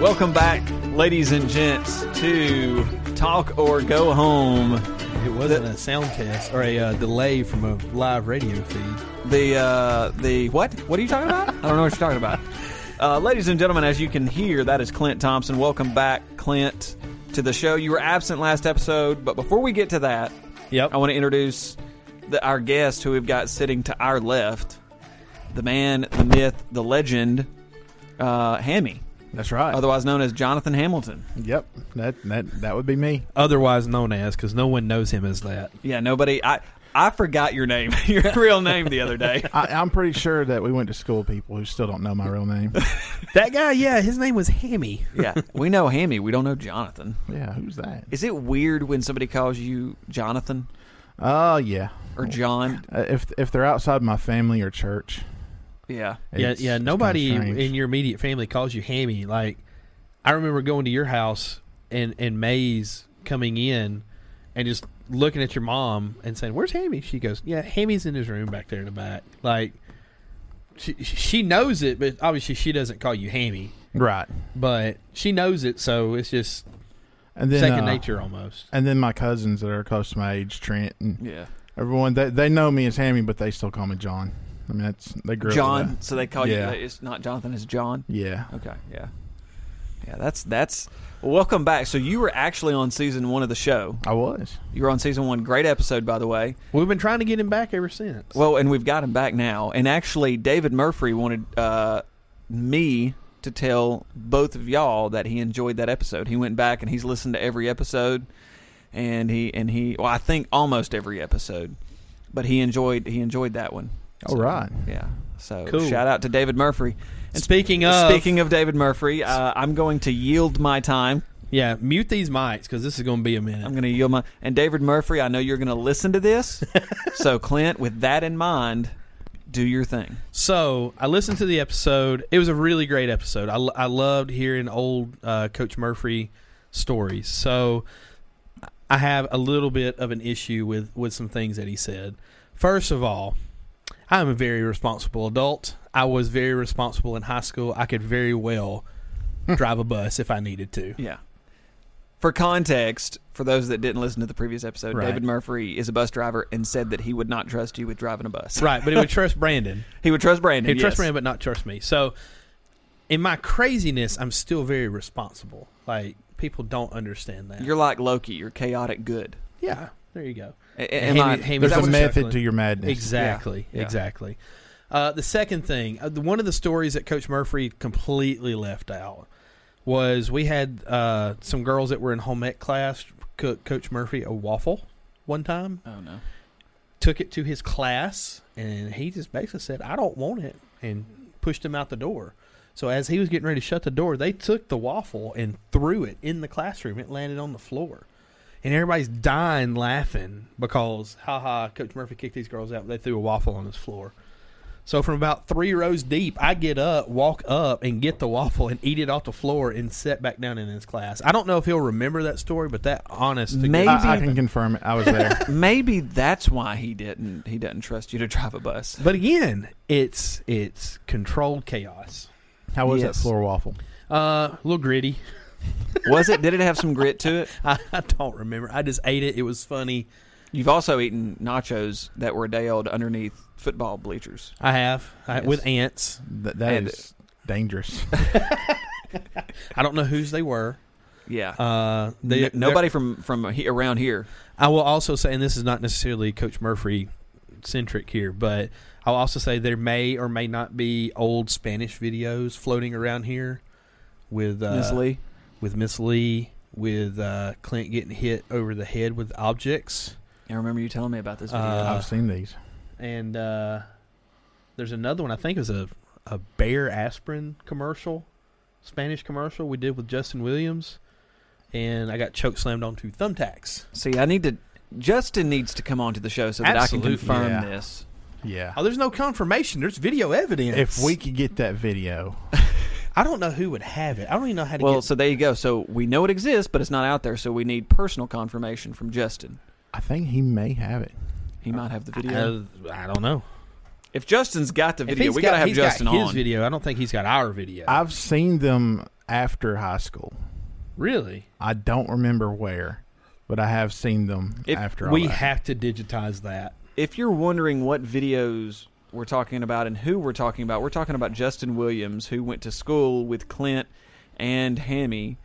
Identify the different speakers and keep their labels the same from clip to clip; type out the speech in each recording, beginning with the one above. Speaker 1: Welcome back, ladies and gents, to Talk or Go Home.
Speaker 2: It wasn't a sound test or a uh, delay from a live radio feed.
Speaker 1: The uh, the what? What are you talking about? I don't know what you're talking about. Uh, ladies and gentlemen, as you can hear, that is Clint Thompson. Welcome back, Clint, to the show. You were absent last episode, but before we get to that,
Speaker 2: Yep.
Speaker 1: I want to introduce the, our guest who we've got sitting to our left, the man, the myth, the legend, uh, Hammy,
Speaker 3: That's right.
Speaker 1: otherwise known as Jonathan Hamilton.
Speaker 3: yep. That that that would be me.
Speaker 2: Otherwise known as, because no one knows him as that.
Speaker 1: Yeah, nobody. I I forgot your name, your real name, the other day.
Speaker 3: I, I'm pretty sure that we went to school people who still don't know my real name.
Speaker 2: That guy, yeah, his name was Hammy.
Speaker 1: yeah, we know Hammy. We don't know Jonathan.
Speaker 3: yeah, who's that?
Speaker 1: Is it weird when somebody calls you Jonathan
Speaker 3: Oh yeah.
Speaker 1: or John?
Speaker 3: Uh, if if they're outside my family or church.
Speaker 1: Yeah.
Speaker 2: Yeah,
Speaker 3: it's-
Speaker 2: yeah.
Speaker 3: it's
Speaker 2: Nobody
Speaker 3: kinda strange.
Speaker 2: in your immediate family calls you Hammy. Like, I remember going to your house and and Mays coming in and just looking at your mom and saying, "Where's Hammy?" She goes, "Yeah, Hammy's in his room back there in the back." Like, she she knows it, but obviously she doesn't call you Hammy.
Speaker 3: right.
Speaker 2: But she knows it, so it's just
Speaker 3: And then
Speaker 2: second
Speaker 3: uh,
Speaker 2: nature almost.
Speaker 3: And then my cousins that are close to my age, Trent and
Speaker 1: Yeah.
Speaker 3: everyone, they they know me as Hammy, but they still call me John. I mean, that's they grew up with
Speaker 1: John.
Speaker 3: that.
Speaker 1: So they call
Speaker 3: Yeah.
Speaker 1: you. It's not Jonathan. It's John.
Speaker 3: Yeah.
Speaker 1: Okay. Yeah. Yeah. That's that's. Well, welcome back. So you were actually on season one of the show.
Speaker 3: I was.
Speaker 1: You were on season one. Great episode, by the way.
Speaker 2: We've been trying to get him back ever since.
Speaker 1: Well, and we've got him back now. And actually, David Murphy wanted uh, me to tell both of y'all that he enjoyed that episode. He went back and he's listened to every episode, and he and he. Well, I think almost every episode, but he enjoyed he enjoyed that one.
Speaker 3: All right.
Speaker 1: Yeah. So
Speaker 2: Cool.
Speaker 1: shout out to David Murphy.
Speaker 2: and speaking of,
Speaker 1: Speaking of David Murphy, uh, I'm going to yield my time.
Speaker 2: yeah, mute these mics because this is going to be a minute.
Speaker 1: I'm going to yield my and David Murphy. I know you're going to listen to this, so Clint, with that in mind, do your thing.
Speaker 2: So I listened to the episode. It was a really great episode. I, lo- I loved hearing old uh, Coach Murphy stories. So I have a little bit of an issue with with some things that he said. First of all, I'm a very responsible adult. I was very responsible in high school. I could very well drive a bus if I needed to.
Speaker 1: Yeah. For context, for those that didn't listen to the previous episode,
Speaker 2: Right.
Speaker 1: David Murphy is a bus driver and said that he would not trust you with driving a bus.
Speaker 2: Right, but it would trust Brandon.
Speaker 1: He would trust Brandon.
Speaker 2: Hey, trust
Speaker 1: yes.
Speaker 2: me, but not trust me. So, in my craziness, I'm still very responsible. Like people don't understand that.
Speaker 1: You're like Loki. You're chaotic good.
Speaker 2: yeah, there you go.
Speaker 1: A- a- am I-
Speaker 2: Hammy-
Speaker 3: There's
Speaker 2: that
Speaker 3: a
Speaker 2: was
Speaker 3: method
Speaker 2: chuckling.
Speaker 3: to your madness.
Speaker 2: Exactly,
Speaker 1: Yeah.
Speaker 2: exactly. Uh, the second thing, uh, the- one of the stories that Coach Murphy completely left out was we had uh, some girls that were in home ec class cook Coach Murphy a waffle one time,
Speaker 1: Oh no.
Speaker 2: took it to his class, and he just basically said, "I don't want it," and pushed him out the door. So as he was getting ready to shut the door, they took the waffle and threw it in the classroom. It landed on the floor, and everybody's dying laughing because, "Ha ha!" Coach Murphy kicked these girls out. They threw a waffle on his floor. So from about three rows deep, I get up, walk up, and get the waffle and eat it off the floor and set back down in his class. I don't know if he'll remember that story, but that honest to
Speaker 1: Maybe-
Speaker 2: goodness-
Speaker 3: I, I can confirm it. I was there.
Speaker 1: Maybe that's why he didn't. He doesn't trust you to drive a bus.
Speaker 2: But again, it's it's controlled chaos.
Speaker 3: How was
Speaker 1: Yes.
Speaker 3: that floor waffle?
Speaker 2: Uh, a little gritty.
Speaker 1: Was it? Did it have some grit to it?
Speaker 2: I, I don't remember. I just ate it. It was funny.
Speaker 1: You've also eaten nachos that were a day old underneath football bleachers.
Speaker 2: I have I,
Speaker 1: Yes.
Speaker 2: with ants.
Speaker 3: Th- that
Speaker 1: And-
Speaker 3: is dangerous.
Speaker 2: I don't know whose they were.
Speaker 1: Yeah.
Speaker 2: Uh,
Speaker 1: N-
Speaker 2: they,
Speaker 1: nobody from from he, around here.
Speaker 2: I will also say, and this is not necessarily Coach Murphy centric here, but I'll also say there may or may not be old Spanish videos floating around here with uh,
Speaker 1: Miss Lee.
Speaker 2: with Miss Lee, with uh, Clint getting hit over the head with objects.
Speaker 1: I remember you telling me about this. Video.
Speaker 2: Uh,
Speaker 3: I've seen these.
Speaker 2: and uh, there's another one. I think it was a a bear aspirin commercial, Spanish commercial we did with Justin Williams, and I got choke slammed onto thumbtacks.
Speaker 1: See, I need to. Justin needs to come onto the show so that I can
Speaker 2: Absolutely.
Speaker 1: confirm
Speaker 3: Yeah.
Speaker 1: this.
Speaker 3: Yeah.
Speaker 2: Oh, there's no confirmation. There's video evidence.
Speaker 3: If we could get that video,
Speaker 2: I don't know who would have it. I don't even know how to
Speaker 1: Well,
Speaker 2: get.
Speaker 1: so there you go. So we know it exists, but it's not out there. So we need personal confirmation from Justin.
Speaker 3: I think he may have it.
Speaker 1: He might have the video.
Speaker 2: I, I don't know.
Speaker 1: if Justin's got the
Speaker 2: Uh, If
Speaker 1: video,
Speaker 2: he's
Speaker 1: we gotta have
Speaker 2: he's
Speaker 1: Justin
Speaker 2: got
Speaker 1: on.
Speaker 2: his video. I don't think he's got our video.
Speaker 3: I've seen them after high school.
Speaker 2: really?
Speaker 3: I don't remember where, but I have seen them
Speaker 1: If
Speaker 3: after all
Speaker 2: We
Speaker 3: that.
Speaker 2: have to digitize that.
Speaker 1: If you're wondering what videos we're talking about and who we're talking about, we're talking about Justin Williams, who went to school with Clint and Hammy.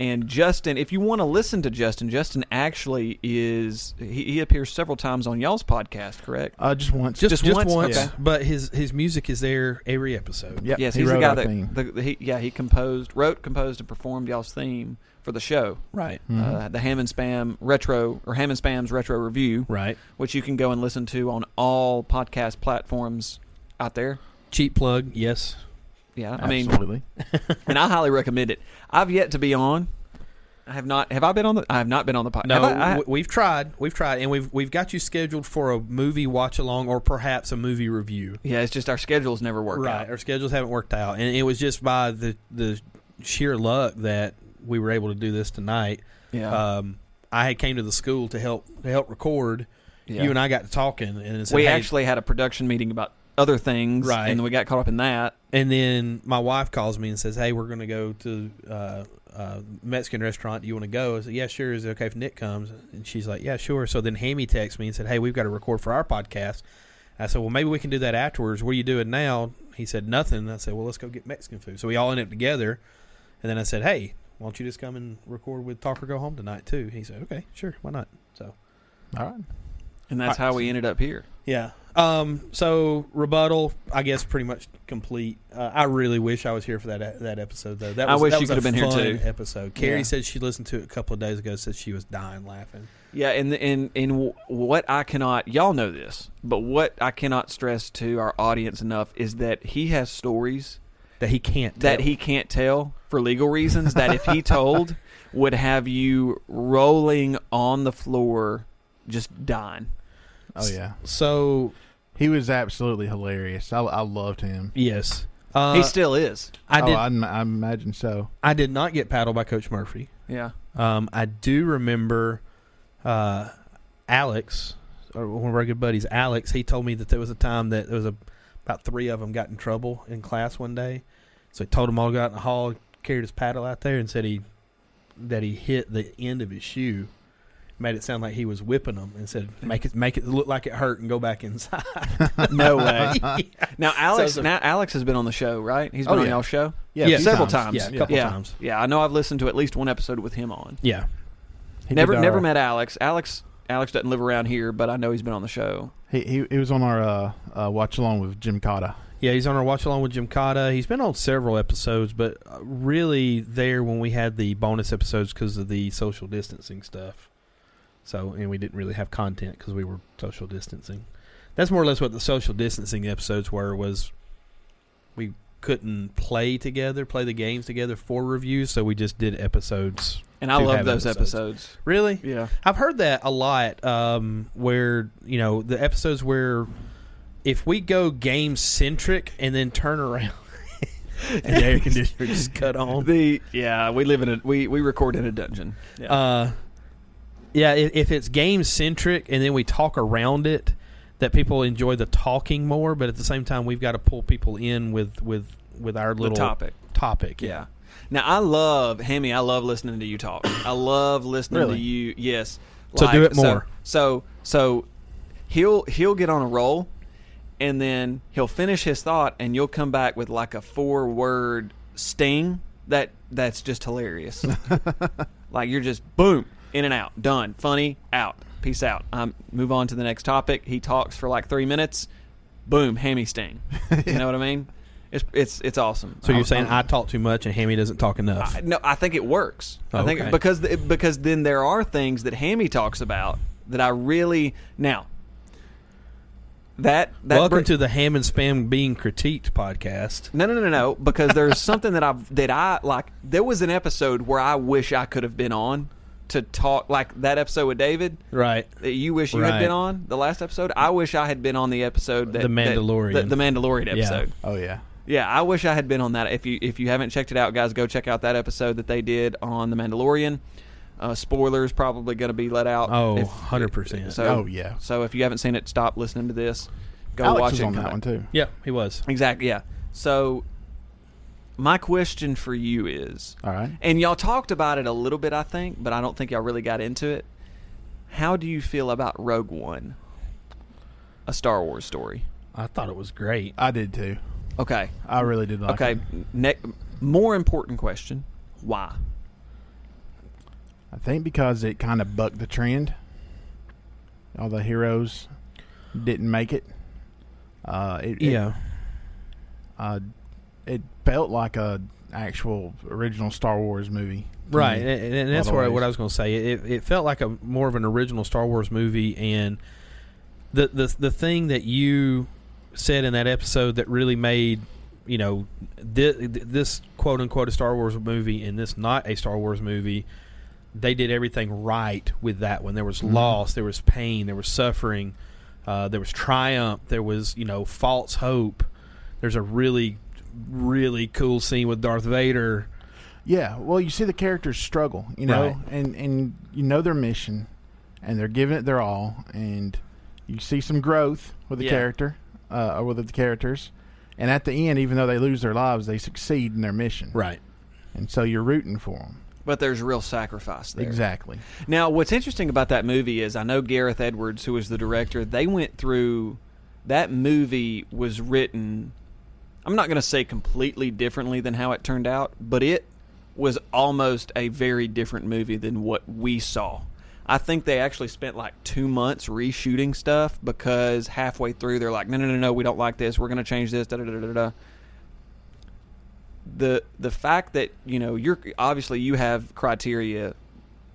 Speaker 1: And Justin, if you want to listen to Justin, Justin actually is, he, he appears several times on y'all's podcast, correct?
Speaker 3: uh, just once.
Speaker 2: Just,
Speaker 1: Just
Speaker 2: just,
Speaker 1: once?
Speaker 2: once,
Speaker 1: Okay.
Speaker 2: but his his music is there every episode.
Speaker 3: Yep,
Speaker 1: yes,
Speaker 3: he
Speaker 1: he's the
Speaker 3: wrote
Speaker 1: guy
Speaker 3: our theme.
Speaker 1: that, the, the, he, yeah, he composed, wrote, composed, and performed y'all's theme for the show.
Speaker 2: Right.
Speaker 1: Uh, the Ham and Spam retro, or Ham and Spam's retro review,
Speaker 2: Right.
Speaker 1: which you can go and listen to on all podcast platforms out there.
Speaker 2: Cheap plug. Yes.
Speaker 1: Yeah, I mean,
Speaker 3: Absolutely.
Speaker 1: and I highly recommend it. I've yet to be on. I have not. Have I been on the? I have not been on the podcast.
Speaker 2: No,
Speaker 1: I, I-
Speaker 2: w- we've tried. We've tried, and we've we've got you scheduled for a movie watch along or perhaps a movie review.
Speaker 1: yeah, it's just our schedules never work
Speaker 2: Right,
Speaker 1: out.
Speaker 2: our schedules haven't worked out, and it was just by the the sheer luck that we were able to do this tonight.
Speaker 1: Yeah,
Speaker 2: Um, I had came to the school to help to help record.
Speaker 1: yeah.
Speaker 2: You and I got to talking, and it said,
Speaker 1: we
Speaker 2: "Hey,"
Speaker 1: actually had a production meeting about other things,
Speaker 2: Right.
Speaker 1: And then we got caught up in that.
Speaker 2: And then my wife calls me and says, "Hey, we're going to go to uh, uh, Mexican restaurant. Do you want to go?" I said, "Yeah, sure. Is it okay if Nick comes?" And she's like, "Yeah, sure." So then Hammy texts me and said, "Hey, we've got to record for our podcast." I said, "Well, maybe we can do that afterwards. What are you doing now?" He said, "Nothing." I said, "Well, let's go get Mexican food." So we all end up together. And then I said, "Hey, why don't you just come and record with Talk or Go Home tonight too?" He said, "Okay, sure. Why not?" So
Speaker 3: All right.
Speaker 1: And that's
Speaker 2: Right.
Speaker 1: how we ended up here.
Speaker 2: yeah. Um. So rebuttal, I guess, pretty much complete. Uh, I really wish I was here for that e-, that episode though. That
Speaker 1: I
Speaker 2: was,
Speaker 1: wish
Speaker 2: that
Speaker 1: you
Speaker 2: was
Speaker 1: could
Speaker 2: a
Speaker 1: have been here,
Speaker 2: fun
Speaker 1: too.
Speaker 2: Episode. Carrie
Speaker 1: Yeah.
Speaker 2: said she listened to it a couple of days ago. Said she was dying laughing.
Speaker 1: Yeah, and and and w- what I cannot y'all know this, but what I cannot stress to our audience enough is that he has stories
Speaker 2: That he can't.
Speaker 1: that
Speaker 2: tell.
Speaker 1: he can't tell for legal reasons that if he told would have you rolling on the floor just dying.
Speaker 3: Oh yeah,
Speaker 2: So
Speaker 3: he was absolutely hilarious. I, I loved him.
Speaker 2: yes. Uh,
Speaker 1: he still is.
Speaker 2: I
Speaker 3: oh,
Speaker 2: did.
Speaker 3: I,
Speaker 2: I,
Speaker 3: im- I imagine so.
Speaker 2: did not get paddled by Coach Murphy.
Speaker 1: Yeah.
Speaker 2: Um. I do remember, uh, Alex, or one of our good buddies, Alex. He told me that there was a time that there was a about three of them got in trouble in class one day. So he told them all to go out in the hall, carried his paddle out there, and said he that he hit the end of his shoe, made it sound like he was whipping them, and said make it make it look like it hurt and go back inside.
Speaker 1: No way. Now Alex
Speaker 2: So-
Speaker 1: now Alex has been on the show, right? He's
Speaker 3: Oh,
Speaker 1: been on
Speaker 3: yeah.
Speaker 1: y'all's show.
Speaker 3: Yeah, a
Speaker 2: Yeah,
Speaker 3: few
Speaker 1: several times.
Speaker 2: yeah, a
Speaker 3: Yeah.
Speaker 2: couple
Speaker 1: yeah.
Speaker 2: times.
Speaker 1: Yeah, I know I've listened to at least one episode with him on.
Speaker 2: Yeah,
Speaker 3: He
Speaker 1: never
Speaker 3: did uh,
Speaker 1: never
Speaker 3: our-
Speaker 1: met Alex. Alex Alex doesn't live around here, but I know he's been on the show.
Speaker 3: He, he he was on our uh, uh, watch along with Jim Cotta.
Speaker 2: yeah. He's on our watch along with Jim Cotta. He's been on several episodes, but uh, really there when we had the bonus episodes because of the social distancing stuff. So and we didn't really have content because we were social distancing. That's more or less what the social distancing episodes were. Was we couldn't play together, play the games together for reviews, so we just did episodes.
Speaker 1: And I
Speaker 2: Do
Speaker 1: love
Speaker 2: have
Speaker 1: those episodes.
Speaker 2: episodes. Really?
Speaker 1: Yeah.
Speaker 2: I've heard that a lot. Um, where you know the episodes where if we go game centric and then turn around and the air conditioner just cut on.
Speaker 1: The yeah, we live in a we we record in a dungeon. Yeah.
Speaker 2: Uh, yeah, if, if it's game centric and then we talk around it, that people enjoy the talking more. But at the same time, we've got to pull people in with with with our
Speaker 1: the
Speaker 2: little
Speaker 1: topic.
Speaker 2: Topic,
Speaker 1: Yeah. Now I love Hammy. I love listening to you talk. I love listening
Speaker 3: Really?
Speaker 1: to you. Yes.
Speaker 2: So do it
Speaker 1: so-
Speaker 2: more.
Speaker 1: So, so he'll he'll get on a roll, and then he'll finish his thought, and you'll come back with like a four word sting that that's just hilarious. like you're just boom in and out, done, funny, out, peace out. Um, move on to the next topic. He talks for like three minutes, boom, Hammy sting. You know what I mean? It's it's it's awesome.
Speaker 2: So
Speaker 1: I'm-
Speaker 2: you're saying
Speaker 1: I'm-
Speaker 2: I talk too much and Hammy doesn't talk enough?
Speaker 1: I- no, I think it works. I think
Speaker 2: Okay.
Speaker 1: because th- because then there are things that Hammy talks about that I really now. That that
Speaker 2: Welcome
Speaker 1: br-
Speaker 2: to the Ham and Spam Being Critiqued podcast.
Speaker 1: no no no no no because there's something that I've that I like. There was an episode where I wish I could have been on to talk like that episode with David
Speaker 2: Right.
Speaker 1: that you wish you had
Speaker 2: Right.
Speaker 1: been on the last episode. I wish I had been on the episode that that-
Speaker 2: The Mandalorian.
Speaker 1: the, the Mandalorian episode.
Speaker 3: Oh yeah.
Speaker 1: Yeah, I wish I had been on that. If you if you haven't checked it out, guys, go check out that episode that they did on the Mandalorian. Uh, spoilers probably going to be let out.
Speaker 2: Oh,
Speaker 1: if-
Speaker 2: 100%.
Speaker 1: So,
Speaker 3: oh yeah.
Speaker 1: So if you haven't seen it, stop listening to this. Go
Speaker 3: Alex
Speaker 1: watch
Speaker 3: was
Speaker 1: it.
Speaker 3: on
Speaker 1: come
Speaker 3: that
Speaker 1: back.
Speaker 3: one too.
Speaker 2: yeah, he was.
Speaker 1: Exactly. Yeah. So my question for you is,
Speaker 3: All right.
Speaker 1: and y'all talked about it a little bit, I think, but I don't think y'all really got into it. How do you feel about Rogue One, a Star Wars story?
Speaker 2: I thought it was great.
Speaker 3: I did too.
Speaker 1: Okay.
Speaker 3: I really did like
Speaker 1: Okay.
Speaker 3: it.
Speaker 1: Ne- more important question: Why?
Speaker 3: I think because it kind of bucked the trend. All the heroes didn't make it. Uh, it, it-
Speaker 2: Yeah.
Speaker 3: uh, it felt like a actual original Star Wars movie. to
Speaker 2: Right,
Speaker 3: me.
Speaker 2: and, and- and that's
Speaker 3: Mm-hmm. Otherwise-
Speaker 2: where what I was going to say. It, it felt like a more of an original Star Wars movie, and the the the thing that you said in that episode that really made you know this, this quote unquote a Star Wars movie and this not a Star Wars movie. They did everything right with that one. There was loss, there was pain, there was suffering, uh, there was triumph, there was you know false hope. There's a really really cool scene with Darth Vader.
Speaker 3: Yeah. Well, you see the characters struggle, you know,
Speaker 2: Right.
Speaker 3: and and you know their mission, and they're giving it their all, and you see some growth with the
Speaker 1: Yeah.
Speaker 3: character, uh, or with the characters, and at the end, even though they lose their lives, they succeed in their mission,
Speaker 2: Right.
Speaker 3: and so you're rooting for them.
Speaker 1: But there's real sacrifice there.
Speaker 3: Exactly.
Speaker 1: Now, what's interesting about that movie is I know Gareth Edwards, who was the director, they went through that movie was written. I'm not going to say completely differently than how it turned out, but it was almost a very different movie than what we saw. I think they actually spent like two months reshooting stuff because halfway through they're like, no, no, no, no, we don't like this. We're going to change this. Da da da da da the the fact that you know you're obviously you have criteria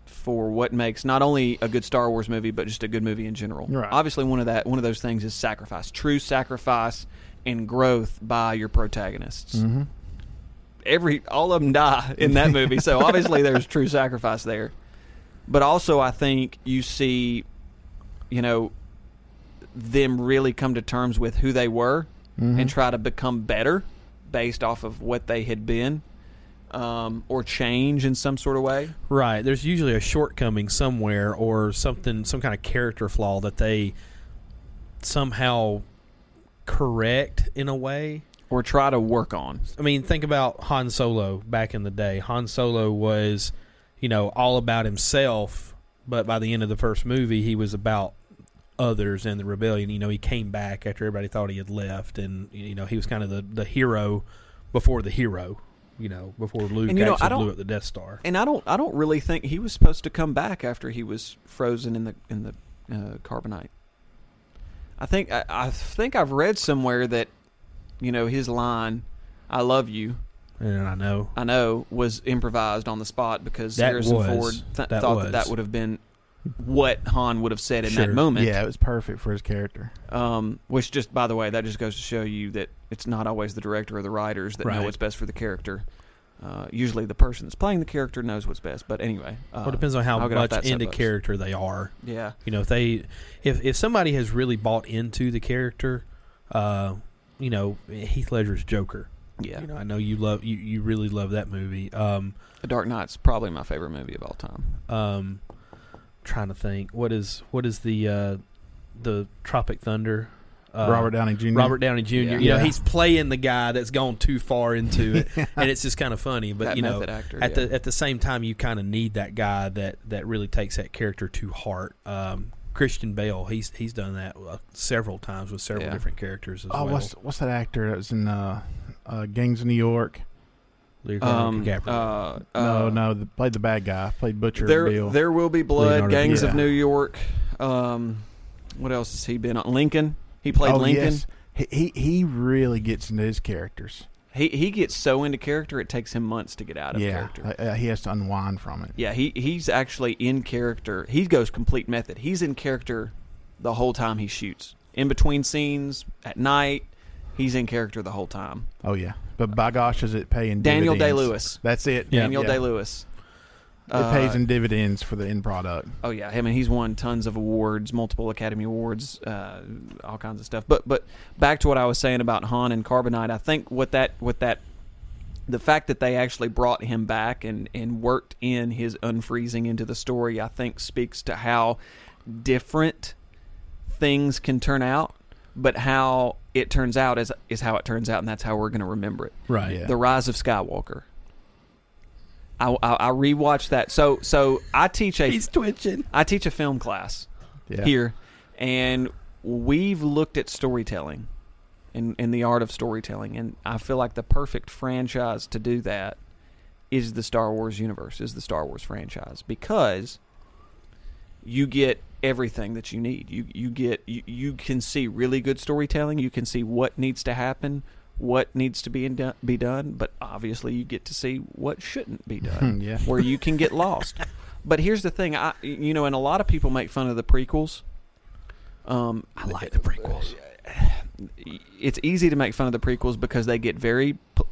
Speaker 1: for what makes not only a good Star Wars movie but just a good movie in general.
Speaker 3: Right.
Speaker 1: Obviously, one of that one of those things is sacrifice, true sacrifice and growth by your protagonists. Every all of them die in that movie, so obviously there's true sacrifice there. But also, I think you see, you know, them really come to terms with who they were and try to become better based off of what they had been um, or change in some sort of way.
Speaker 2: Right. There's usually a shortcoming somewhere or something, some kind of character flaw that they somehow correct in a way.
Speaker 1: Or try to work on.
Speaker 2: I mean, think about Han Solo back in the day. Han Solo was, you know, all about himself, but by the end of the first movie, he was about others and the rebellion. You know, he came back after everybody thought he had left, and, you know, he was kind of the, the hero before the hero, you know, before Luke
Speaker 1: And, you know, I
Speaker 2: actually
Speaker 1: don't-
Speaker 2: blew up the Death Star.
Speaker 1: And I don't, I don't really think he was supposed to come back after he was frozen in the in the uh, carbonite. I think I, I think I've read somewhere that, you know, his line, "I love you,"
Speaker 2: And I know.
Speaker 1: I know was improvised on the spot because
Speaker 2: That
Speaker 1: Harrison
Speaker 2: was.
Speaker 1: Ford th-
Speaker 2: That
Speaker 1: thought
Speaker 2: was.
Speaker 1: that that would have been what Han would have said in that
Speaker 2: Sure.
Speaker 1: moment.
Speaker 3: Yeah, it was perfect for his character.
Speaker 1: Um, which just by the way, that just goes to show you that it's not always the director or the writers that know
Speaker 2: Right.
Speaker 1: what's best for the character. Uh, usually, the person that's playing the character knows what's best. But anyway, uh,
Speaker 2: Well, it depends on how
Speaker 1: I'll get off
Speaker 2: much
Speaker 1: that
Speaker 2: into
Speaker 1: soapbox.
Speaker 2: character they are.
Speaker 1: Yeah,
Speaker 2: You know, if they, if if somebody has really bought into the character, uh, you know, Heath Ledger's Joker.
Speaker 1: yeah.
Speaker 2: You know, I know you love you, you really love that movie. Um,
Speaker 1: the Dark Knight's probably my favorite movie of all time.
Speaker 2: um, trying to think, what is what is the uh, the Tropic Thunder? Uh,
Speaker 3: Robert Downey Jr.
Speaker 2: Robert Downey Jr.
Speaker 1: Yeah.
Speaker 2: You know,
Speaker 3: Yeah.
Speaker 2: he's playing the guy that's gone too far into it, and it's just kind of funny. But
Speaker 1: that
Speaker 2: you know,
Speaker 1: method actor.
Speaker 2: at
Speaker 1: yeah.
Speaker 2: the at the same time, you kind of need that guy that that really takes that character to heart. Um, Christian Bale, he's he's done that uh, several times with several
Speaker 1: Yeah.
Speaker 2: different characters as
Speaker 3: Oh,
Speaker 2: well.
Speaker 3: what's what's that actor that was in uh, uh, Gangs of New York?
Speaker 2: Leonardo
Speaker 1: um,
Speaker 2: DiCaprio.
Speaker 1: uh,
Speaker 3: No,
Speaker 1: uh,
Speaker 3: no, the, played the bad guy, played Butcher
Speaker 1: There,
Speaker 3: Bill.
Speaker 1: there will be blood.
Speaker 2: Leonardo
Speaker 1: Gangs of
Speaker 3: DiCaprio.
Speaker 1: New York. Um, what else has he been on? Lincoln. He played
Speaker 3: oh,
Speaker 1: Lincoln.
Speaker 3: Yes. He, he he really gets into his characters.
Speaker 1: He he gets so into character it takes him months to get out of
Speaker 3: yeah,
Speaker 1: character.
Speaker 3: uh, uh, he has to unwind from it.
Speaker 1: Yeah, he he's actually in character. He goes complete method. He's in character the whole time he shoots. In between scenes, at night, he's in character the whole time.
Speaker 3: Oh yeah, but by gosh, is it paying
Speaker 1: Daniel Day
Speaker 3: dividends.
Speaker 1: Lewis.
Speaker 3: That's it.
Speaker 2: Yeah.
Speaker 1: Daniel Uh,
Speaker 3: yeah.
Speaker 1: Day Lewis.
Speaker 3: It pays in dividends for the end product.
Speaker 1: Oh yeah, I mean he's won tons of awards, multiple Academy Awards, uh, all kinds of stuff. But but back to what I was saying about Han and Carbonite, I think what that what that the fact that they actually brought him back and and worked in his unfreezing into the story, I think speaks to how different things can turn out, but how it turns out is is how it turns out, and that's how we're going to remember it.
Speaker 2: Right.
Speaker 3: Yeah.
Speaker 1: The Rise of Skywalker. I, I, I rewatched that. So so I teach a
Speaker 2: He's twitching.
Speaker 1: I teach a film class
Speaker 3: Yeah.
Speaker 1: here, and we've looked at storytelling and, and the art of storytelling. And I feel like the perfect franchise to do that is the Star Wars universe, is the Star Wars franchise, because you get everything that you need. You you get you, you can see really good storytelling. You can see what needs to happen, what needs to be in do- be done, but obviously you get to see what shouldn't be done.
Speaker 3: Yeah.
Speaker 1: Where you can get lost. but here's the thing, I you know, and a lot of people make fun of the prequels. Um,
Speaker 2: I like the prequels.
Speaker 1: it's easy to make fun of the prequels because they get very p-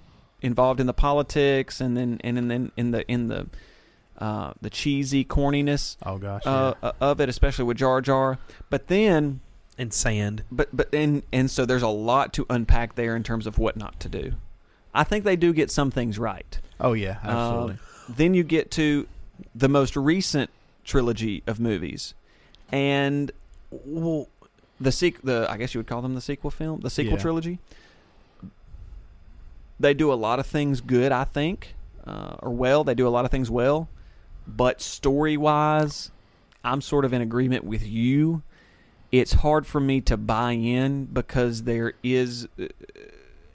Speaker 1: involved in the politics and then and then- then in the in the uh, the cheesy corniness
Speaker 3: Oh gosh.
Speaker 1: uh, uh, of it, especially with Jar Jar. But then,
Speaker 2: And sand.
Speaker 1: but but and and so there's a lot to unpack there in terms of what not to do. I think they do get some things right.
Speaker 3: yeah. Oh yeah. Absolutely.
Speaker 1: Um, then you get to the most recent trilogy of movies, and well, the sequ- the I guess you would call them the sequel film, the sequel
Speaker 3: Yeah.
Speaker 1: trilogy. They do a lot of things good, I think, uh, or well. They do a lot of things well, but story wise, I'm sort of in agreement with you. It's hard for me to buy in because there is uh,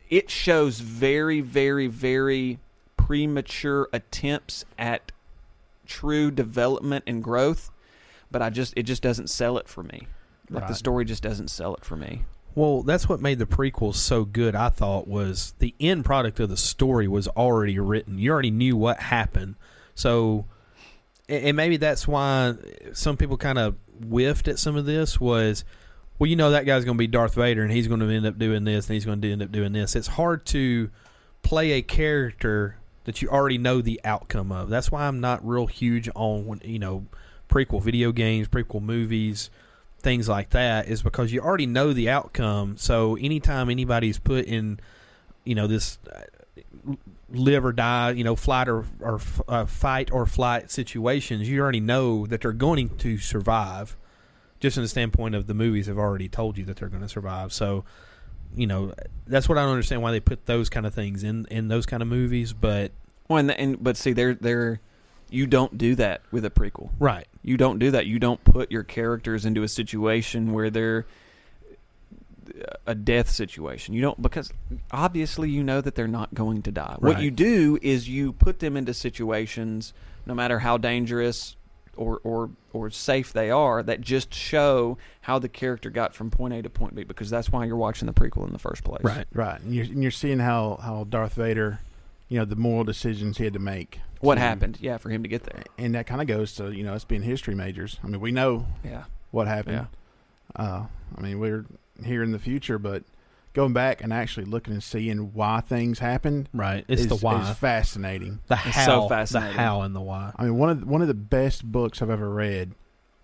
Speaker 1: it shows very, very, very premature attempts at true development and growth, but I just it just doesn't sell it for me. Like the
Speaker 3: Right.
Speaker 1: story just doesn't sell it for me.
Speaker 2: Well, that's what made the prequels so good, I thought, was the end product of the story was already written. You already knew what happened. So, and and maybe that's why some people kind of whiffed at some of this was, well, you know, that guy's going to be Darth Vader and he's going to end up doing this and he's going to end up doing this. It's hard to play a character that you already know the outcome of. That's why I'm not real huge on, when, you know, prequel video games, prequel movies things like that is because you already know the outcome. So anytime anybody's put in, you know, this uh, live or die, you know, flight or, or uh, fight or flight situations, you already know that they're going to survive. Just in the standpoint of the movies have already told you that they're going to survive. So, you know, that's what I don't understand why they put those kind of things in in those kind of movies. But
Speaker 1: Well, and, and but see, there there you don't do that with a prequel.
Speaker 2: right,
Speaker 1: You don't do that. You don't put your characters into a situation where they're uh, a death situation. You don't because obviously you know that they're not going to die. What
Speaker 2: Right.
Speaker 1: you do is you put them into situations no matter how dangerous or or or safe they are that just show how the character got from point A to point B because that's why you're watching the prequel in the first place.
Speaker 2: right,
Speaker 3: Right. And you're, and you're seeing how how Darth Vader, you know, the moral decisions he had to make.
Speaker 1: What
Speaker 2: Mm-hmm.
Speaker 3: to-
Speaker 1: happened? Yeah, for him to get there.
Speaker 3: And that kind of goes to you know us being history majors. I mean, we know
Speaker 1: Yeah.
Speaker 3: what happened. Uh, I mean, we're here in the future, but going back and actually looking and seeing why things happened
Speaker 2: right. It's
Speaker 3: is,
Speaker 2: the why,
Speaker 3: is fascinating.
Speaker 2: the
Speaker 1: so
Speaker 2: how, the
Speaker 1: fascinating.
Speaker 2: how, and the why.
Speaker 3: I mean, one of the, one of the best books I've ever read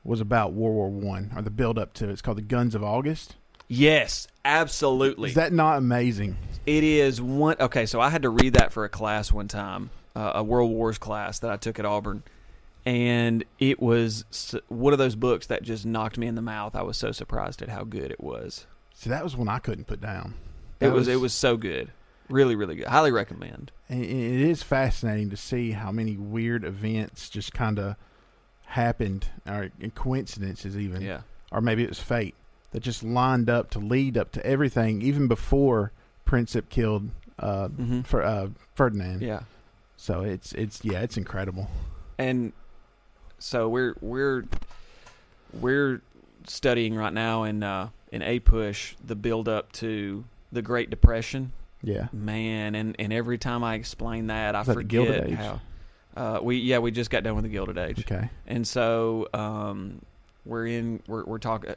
Speaker 3: was about World War One or the build up to. it. It's called The Guns of August.
Speaker 1: Yes, absolutely.
Speaker 3: Is that not amazing?
Speaker 1: It is one. Okay, so I had to read that for a class one time, uh, a World Wars class that I took at Auburn, and it was s- one of those books that just knocked me in the mouth. I was so surprised at how good it was.
Speaker 3: So that was one I couldn't put down.
Speaker 1: It
Speaker 3: That
Speaker 1: was, it was so good, really, really good. Highly recommend.
Speaker 3: And it is fascinating to see how many weird events just kind of happened, or coincidences even,
Speaker 1: Yeah,
Speaker 3: or maybe it was fate that just lined up to lead up to everything, even before Princip killed uh,
Speaker 1: hmm
Speaker 3: for uh, Ferdinand.
Speaker 1: yeah,
Speaker 3: So it's it's yeah, it's incredible.
Speaker 1: and so we're we're we're studying right now, and uh, in A Push the build up to the Great Depression.
Speaker 3: Yeah.
Speaker 1: Man, and, and every time I explain that, I
Speaker 3: Is that the Gilded
Speaker 1: forget
Speaker 3: Age?
Speaker 1: how. Uh, we yeah we just got done with the Gilded Age.
Speaker 3: Okay.
Speaker 1: And so um, we're in. We're, we're talking.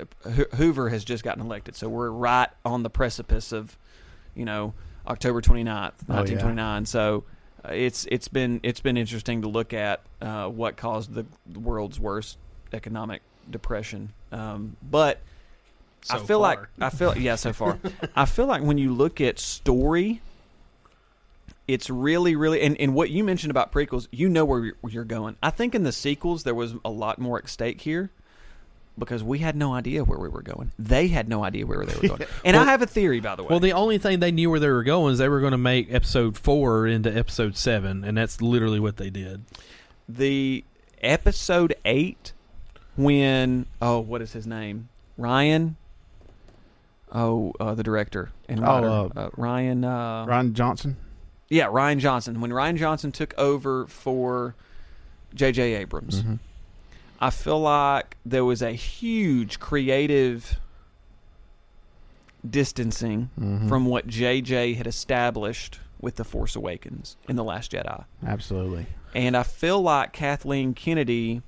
Speaker 1: Hoover has just gotten elected, so we're right on the precipice of, you know, October 29th,
Speaker 3: Oh, yeah.
Speaker 1: 1929. So uh, it's it's been it's been interesting to look at uh, what caused the world's worst economic depression. Um, but I
Speaker 2: So
Speaker 1: feel
Speaker 2: far.
Speaker 1: like I feel yeah so far. I feel like when you look at story, it's really really and, and what you mentioned about prequels, you know where you're, where you're going. I think in the sequels there was a lot more at stake here because we had no idea where we were going. They had no idea where they were going. And I
Speaker 2: Well-
Speaker 1: have a theory by the way.
Speaker 2: Well, the only thing they knew where they were going is they were going to make episode four into episode seven, and that's literally what they did.
Speaker 1: the episode 8 when oh what is his name? Ryan Oh, uh, the director and
Speaker 3: Oh,
Speaker 1: writer,
Speaker 3: uh,
Speaker 1: uh, Ryan uh,
Speaker 3: Ron Johnson.
Speaker 1: Yeah, Ryan Johnson. When Ryan Johnson took over for J.J. Abrams,
Speaker 3: Mhm.
Speaker 1: I feel like there was a huge creative distancing
Speaker 3: Mhm.
Speaker 1: from what J.J. had established with The Force Awakens and The Last Jedi.
Speaker 3: Absolutely.
Speaker 1: And I feel like Kathleen Kennedy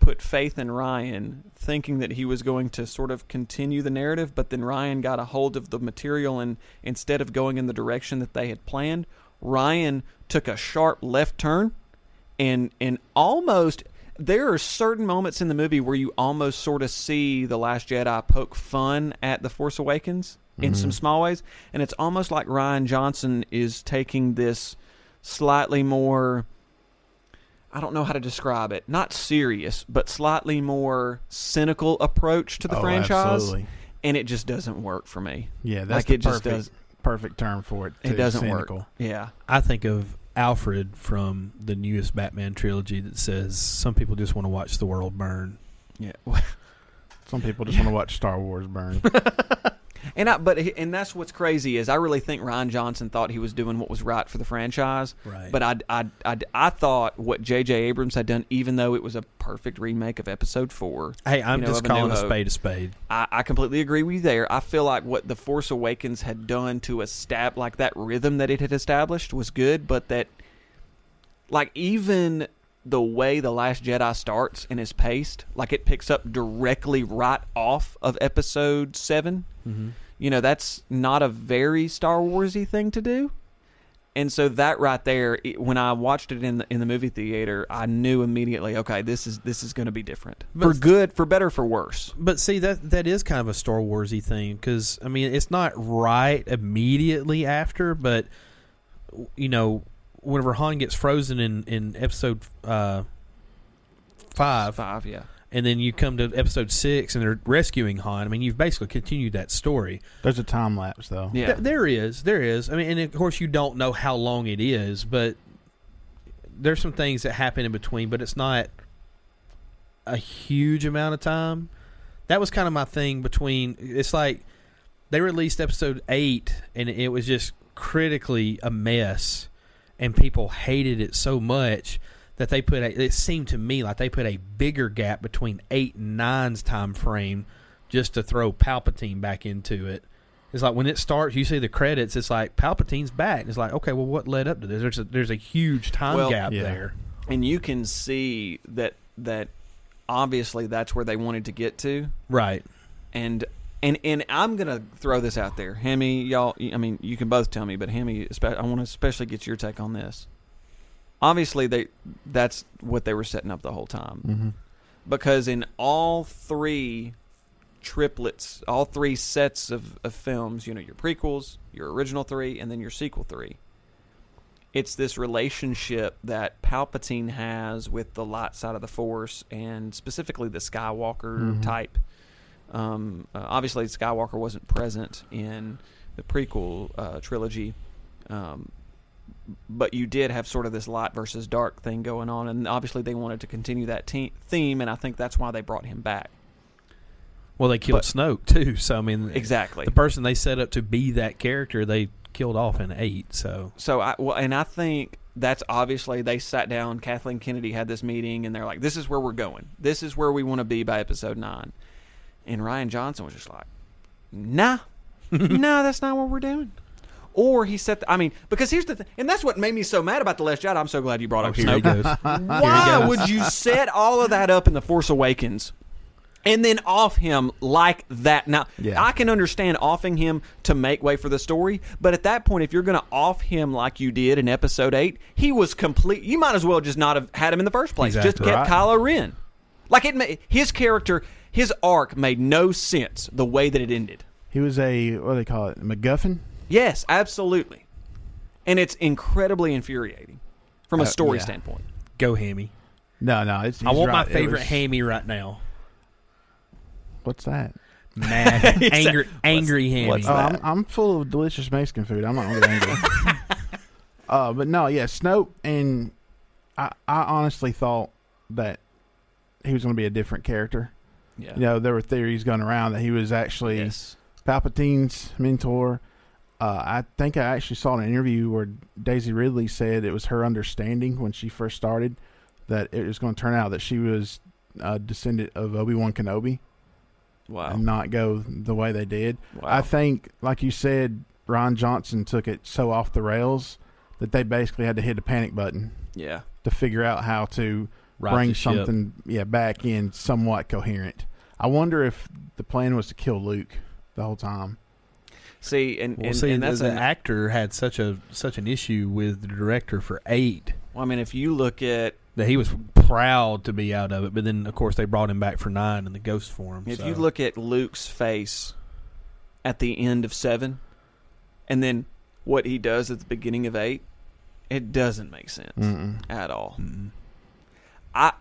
Speaker 1: put faith in Ryan, thinking that he was going to sort of continue the narrative, but then Ryan got a hold of the material and instead of going in the direction that they had planned, Ryan took a sharp left turn and and almost there are certain moments in the movie where you almost sort of see the last jedi poke fun at the force awakens
Speaker 3: Mm-hmm.
Speaker 1: in some small ways and it's almost like ryan johnson is taking this slightly more i don't know how to describe it not serious but slightly more cynical approach to the
Speaker 3: Oh,
Speaker 1: franchise
Speaker 3: Absolutely.
Speaker 1: and it just doesn't work for me
Speaker 3: Yeah, that's
Speaker 1: Like,
Speaker 3: the
Speaker 1: it just
Speaker 3: perfect,
Speaker 1: does-
Speaker 3: perfect term for it.
Speaker 1: it
Speaker 3: too,
Speaker 1: doesn't
Speaker 3: cynical.
Speaker 1: work yeah
Speaker 2: I think of Alfred from the newest Batman trilogy that says some people just want to watch the world burn.
Speaker 1: yeah
Speaker 3: Some people just want to watch Star Wars burn.
Speaker 1: And I, but he- and that's what's crazy is I really think Ryan Johnson thought he was doing what was right for the franchise.
Speaker 2: Right.
Speaker 1: But I I I, I thought what J.J. Abrams had done, even though it was a perfect remake of Episode Four.
Speaker 2: Hey, I'm
Speaker 1: you know, of
Speaker 2: just
Speaker 1: A New
Speaker 2: calling a
Speaker 1: Hope.
Speaker 2: spade a spade.
Speaker 1: I, I completely agree with you there. I feel like what the Force Awakens had done to a stab like that rhythm that it had established was good, but that like even the way the Last Jedi starts and is paced, like it picks up directly right off of Episode Seven.
Speaker 2: Mm-hmm.
Speaker 1: You know, that's not a very Star Warsy thing to do. And so that right there, it, when I watched it in the, in the movie theater, I knew immediately, okay, this is this is going to be different for
Speaker 2: But-
Speaker 1: good, for better, for worse.
Speaker 2: But see that that is kind of a Star Warsy thing because I mean it's not right immediately after, but you know whenever Han gets frozen in in episode uh, five,
Speaker 1: Five, yeah,
Speaker 2: and then you come to episode six and they're rescuing Han. I mean you've basically continued that story.
Speaker 3: There's a time lapse though.
Speaker 1: yeah.
Speaker 2: Th- there is, there is. I mean, and of course you don't know how long it is, but there's some things that happen in between, but it's not a huge amount of time. That was kind of my thing between. It's like they released episode eight, and it was just critically a mess, and people hated it so much that they put a. It seemed to me like they put a bigger gap between eight and nine's time frame just to throw Palpatine back into it. It's like when it starts, you see the credits. It's like Palpatine's back. And it's like, okay, well, what led up to this? There's a there's a huge time
Speaker 1: Well,
Speaker 2: gap
Speaker 3: Yeah.
Speaker 2: there.
Speaker 1: And you can see that that obviously that's where they wanted to get to,
Speaker 2: Right.
Speaker 1: and and and I'm gonna throw this out there, Hemi. Y'all, I mean, you can both tell me, but Hemi, espe- I want to especially get your take on this. Obviously, they that's what they were setting up the whole time.
Speaker 3: hmm
Speaker 1: because in all three triplets, all three sets of, of films, you know, your prequels, your original three, and then your sequel three, it's this relationship that Palpatine has with the light side of the Force and specifically the Skywalker
Speaker 3: Mhm.
Speaker 1: type. Um, uh, obviously, Skywalker wasn't present in the prequel uh, trilogy. Um, but you did have sort of this light versus dark thing going on, and obviously they wanted to continue that te- theme, and I think that's why they brought him back.
Speaker 2: Well, they killed
Speaker 1: But-
Speaker 2: Snoke too. So I mean,
Speaker 1: Exactly.
Speaker 2: the person they set up to be that character, they killed off in eight. So
Speaker 1: So I well, and I think that's obviously they sat down. Kathleen Kennedy had this meeting, and they're like, "This is where we're going. This is where we want to be by episode nine. And Ryan Johnson was just like, nah, nah, that's not what we're doing. Or he said, I mean, because here's the thing, and that's what made me so mad about The Last Jedi. I'm so glad you brought up
Speaker 2: Oh, Here he
Speaker 1: Snoke.
Speaker 2: goes.
Speaker 1: Why would you set all of that up in The Force Awakens and then off him like that? Now,
Speaker 3: Yeah.
Speaker 1: I can understand offing him to make way for the story, but at that point, if you're going to off him like you did in Episode 8, he was complete. You might as well just not have had him in the first place.
Speaker 2: Exactly.
Speaker 1: Just kept
Speaker 3: Right.
Speaker 1: Kylo Ren. Like, it, ma- his character, his arc made no sense the way that it ended.
Speaker 3: He was a what do they call it? MacGuffin.
Speaker 1: Yes, absolutely. And it's incredibly infuriating from a
Speaker 3: Uh,
Speaker 1: story
Speaker 3: yeah.
Speaker 1: standpoint.
Speaker 2: Go hammy.
Speaker 3: No, no. It's,
Speaker 2: I
Speaker 3: he's
Speaker 2: want
Speaker 3: right.
Speaker 2: my
Speaker 3: It
Speaker 2: favorite
Speaker 3: was-
Speaker 2: hammy right now.
Speaker 3: What's that?
Speaker 2: Mad, angry, angry hammy.
Speaker 1: what's
Speaker 3: Oh,
Speaker 1: that?
Speaker 3: I'm, I'm full of delicious Mexican food. I'm not gonna get angry. uh, but no, yeah, Snoke, and I, I honestly thought that he was gonna be a different character.
Speaker 1: Yeah.
Speaker 3: You know, there were theories going around that he was actually
Speaker 1: Yes.
Speaker 3: Palpatine's mentor. Uh, I think I actually saw an interview where Daisy Ridley said it was her understanding when she first started that it was going to turn out that she was a descendant of Obi Wan Kenobi
Speaker 1: Wow.
Speaker 3: and not go the way they did.
Speaker 1: Wow.
Speaker 3: I think, like you said, Ron Johnson took it so off the rails that they basically had to hit a panic button
Speaker 1: yeah.
Speaker 3: to figure out how to
Speaker 2: Right
Speaker 3: bring
Speaker 2: the ship.
Speaker 3: something yeah back in somewhat coherent. I wonder if the plan was to kill Luke the whole time.
Speaker 1: See, and,
Speaker 2: Well,
Speaker 1: and,
Speaker 2: see,
Speaker 1: and that's
Speaker 2: the,
Speaker 1: an,
Speaker 2: the actor had such a such an issue with the director for eight
Speaker 1: well, I mean, if you look at
Speaker 2: that he was proud to be out of it. But then, of course, they brought him back for nine in the ghost form.
Speaker 1: if
Speaker 2: so.
Speaker 1: you look at Luke's face at the end of seven, and then what he does at the beginning of eight, it doesn't make sense
Speaker 2: Mm.
Speaker 3: Mm-mm.
Speaker 1: at all. I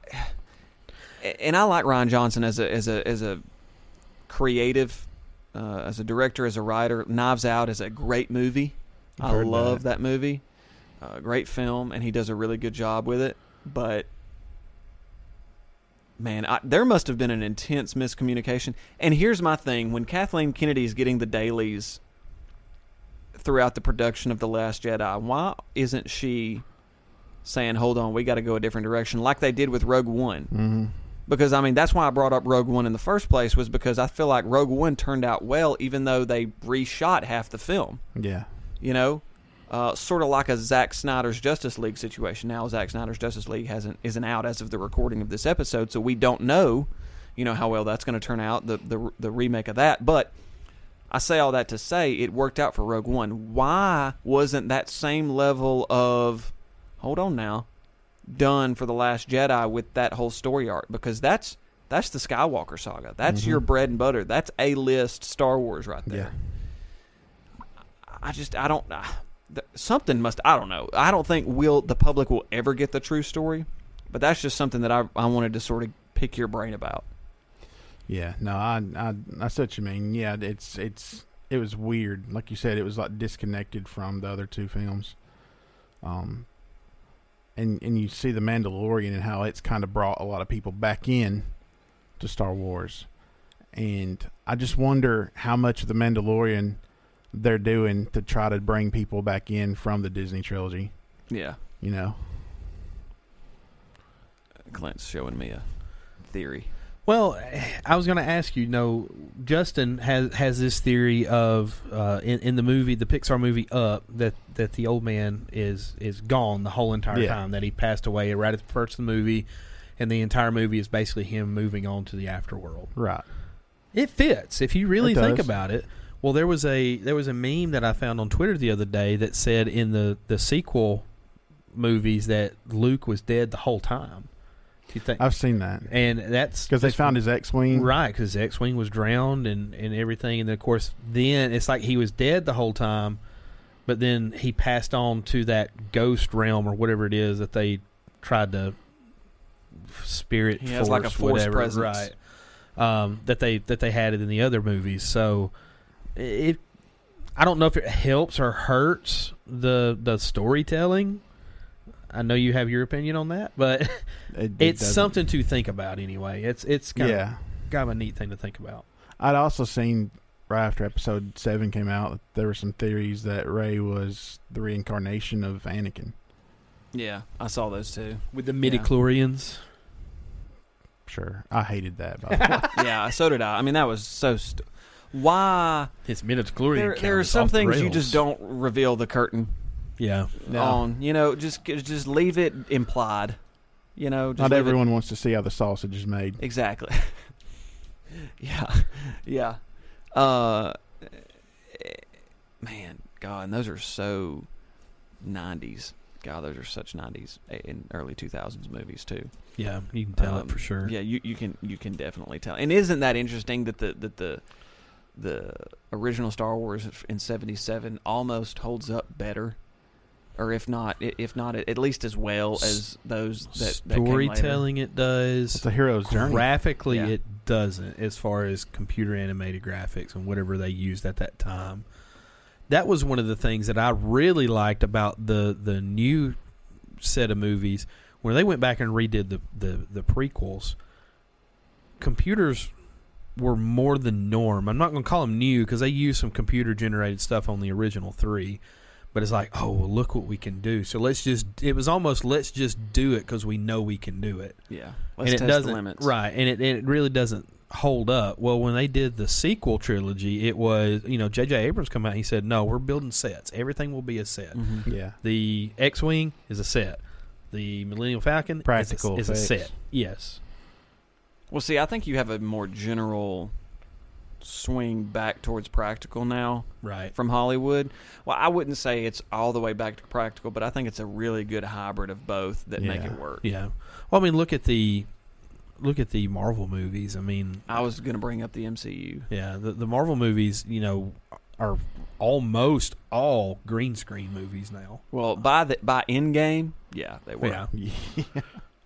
Speaker 1: and I like Ryan Johnson as a as a as a creative, uh, as a director, as a writer. Knives Out is a great movie.
Speaker 3: I've
Speaker 1: I
Speaker 3: heard
Speaker 1: love that, movie. Uh, great film, and he does a really good job with it. But man, I, there must have been an intense miscommunication. And here's my thing: when Kathleen Kennedy is getting the dailies throughout the production of The Last Jedi, why isn't she saying, "Hold on, we got to go a different direction," like they did with Rogue One?
Speaker 3: Mm-hmm.
Speaker 1: because I mean that's why I brought up Rogue One in the first place was because I feel like Rogue One turned out well, even though they reshot half the film.
Speaker 3: Yeah,
Speaker 1: You know, uh, sort of like a Zack Snyder's Justice League situation. Now Zack Snyder's Justice League hasn't isn't out as of the recording of this episode, so we don't know, you know, how well that's going to turn out the, the the remake of that. But I say all that to say it worked out for Rogue One. Why wasn't that same level of hold on now done for the Last Jedi with that whole story arc? Because that's that's the Skywalker saga. That's your bread and butter. That's a list Star Wars right there.
Speaker 3: yeah.
Speaker 1: I just I don't uh, th- something must I don't know. I don't think will the public will ever get the true story, but that's just something that I I wanted to sort of pick your brain about.
Speaker 3: Yeah, no, I, I, I see what you mean. Yeah, it's, it's, it was weird. Like you said, it was like disconnected from the other two films. Um, and and you see the Mandalorian and how it's kind of brought a lot of people back in to Star Wars, and I just wonder how much of the Mandalorian they're doing to try to bring people back in from the Disney trilogy.
Speaker 1: Yeah,
Speaker 3: You know,
Speaker 1: Clint's showing me a theory.
Speaker 2: Well, I was going to ask you. No, Justin has has this theory of uh, in in the movie, the Pixar movie Up, that that the old man is is gone the whole entire
Speaker 3: Yeah.
Speaker 2: time that he passed away right at the first of the movie, and the entire movie is basically him moving on to the afterworld.
Speaker 3: right?
Speaker 2: It fits if you really
Speaker 3: It
Speaker 2: think
Speaker 3: does.
Speaker 2: about it. Well, there was a there was a meme that I found on Twitter the other day that said in the the sequel movies that Luke was dead the whole time. Do you think?
Speaker 3: I've seen that
Speaker 2: and that's
Speaker 3: because they
Speaker 2: just-
Speaker 3: found his X-wing.
Speaker 2: Right, because X Wing was drowned and, and everything. And then, of course, then it's like he was dead the whole time, but then he passed on to that ghost realm or whatever it is that they tried to spirit
Speaker 1: He
Speaker 2: force,
Speaker 1: has like a force
Speaker 2: whatever,
Speaker 1: presence.
Speaker 2: right? Um, that they that they had it in the other movies. So it, I don't know if it helps or hurts the the storytelling. I know you have your opinion on that, but
Speaker 3: It- it
Speaker 2: it's
Speaker 3: doesn't-
Speaker 2: something to think about anyway. It's it's kind of
Speaker 3: Yeah.
Speaker 2: kind of a neat thing to think about.
Speaker 3: I'd also seen right after episode seven came out, there were some theories that Ray was the reincarnation of Anakin.
Speaker 1: Yeah, I saw those too.
Speaker 2: With the
Speaker 1: Yeah.
Speaker 2: midichlorians.
Speaker 3: Sure, I hated that. By the way.
Speaker 1: yeah, so did I. I mean, that was so. St- why
Speaker 2: His midichlorian
Speaker 1: there,
Speaker 2: count
Speaker 1: there are
Speaker 2: is
Speaker 1: some
Speaker 2: off the
Speaker 1: things you
Speaker 2: rails.
Speaker 1: just don't reveal the curtain
Speaker 2: Yeah.
Speaker 3: No.
Speaker 1: on. You know, just just leave it implied. You know, just
Speaker 3: Not
Speaker 1: leave it-
Speaker 3: everyone wants to see how the sausage is made.
Speaker 1: Exactly. yeah, yeah. Uh, eh, man, God, and those are so '90s. God, those are such '90s a- and early 2000s movies too.
Speaker 2: Yeah. You can tell
Speaker 1: Um,
Speaker 2: it for sure.
Speaker 1: Yeah, you, you can you can definitely tell. And isn't that interesting that the that the the original Star Wars in '77 almost holds up better, or if not, i- if not at least as well as those that, that came later.
Speaker 2: Storytelling it
Speaker 3: It's
Speaker 2: does.
Speaker 3: a hero's journey.
Speaker 2: Graphically,
Speaker 1: Yeah.
Speaker 2: it doesn't, as far as computer animated graphics and whatever they used at that time. That was one of the things that I really liked about the the new set of movies where they went back and redid the, the, the prequels. Computers were more than norm. I'm not going to call them new because they used some computer generated stuff on the original three, but it's like, oh, well, look what we can do. So let's just, it was almost, let's just do it because we know we can do it
Speaker 1: Yeah, let's
Speaker 2: and
Speaker 1: test
Speaker 2: it doesn't
Speaker 1: the limits.
Speaker 2: right, and it and it really doesn't hold up. Well, when they did the sequel trilogy, it was you know J.J. Abrams come out. and He said, "No, we're building sets. Everything will be a set.
Speaker 1: Mhm.
Speaker 3: Yeah.
Speaker 2: The X-wing is a set. The Millennium Falcon is a-
Speaker 3: Practical
Speaker 2: is a,
Speaker 3: effects.
Speaker 2: set. Yes,
Speaker 1: Well, see, I think you have a more general swing back towards practical now
Speaker 2: right.
Speaker 1: from Hollywood. Well, I wouldn't say it's all the way back to practical, but I think it's a really good hybrid of both that make
Speaker 3: Yeah.
Speaker 1: it work.
Speaker 2: Yeah. Well, I mean, look at the look at the Marvel movies. I mean,
Speaker 1: I was going to bring up the MCU.
Speaker 2: yeah, the the Marvel movies, you know, are almost all green screen movies now.
Speaker 1: Well, by the by Endgame, yeah, they were.
Speaker 2: Yeah,
Speaker 3: Yeah.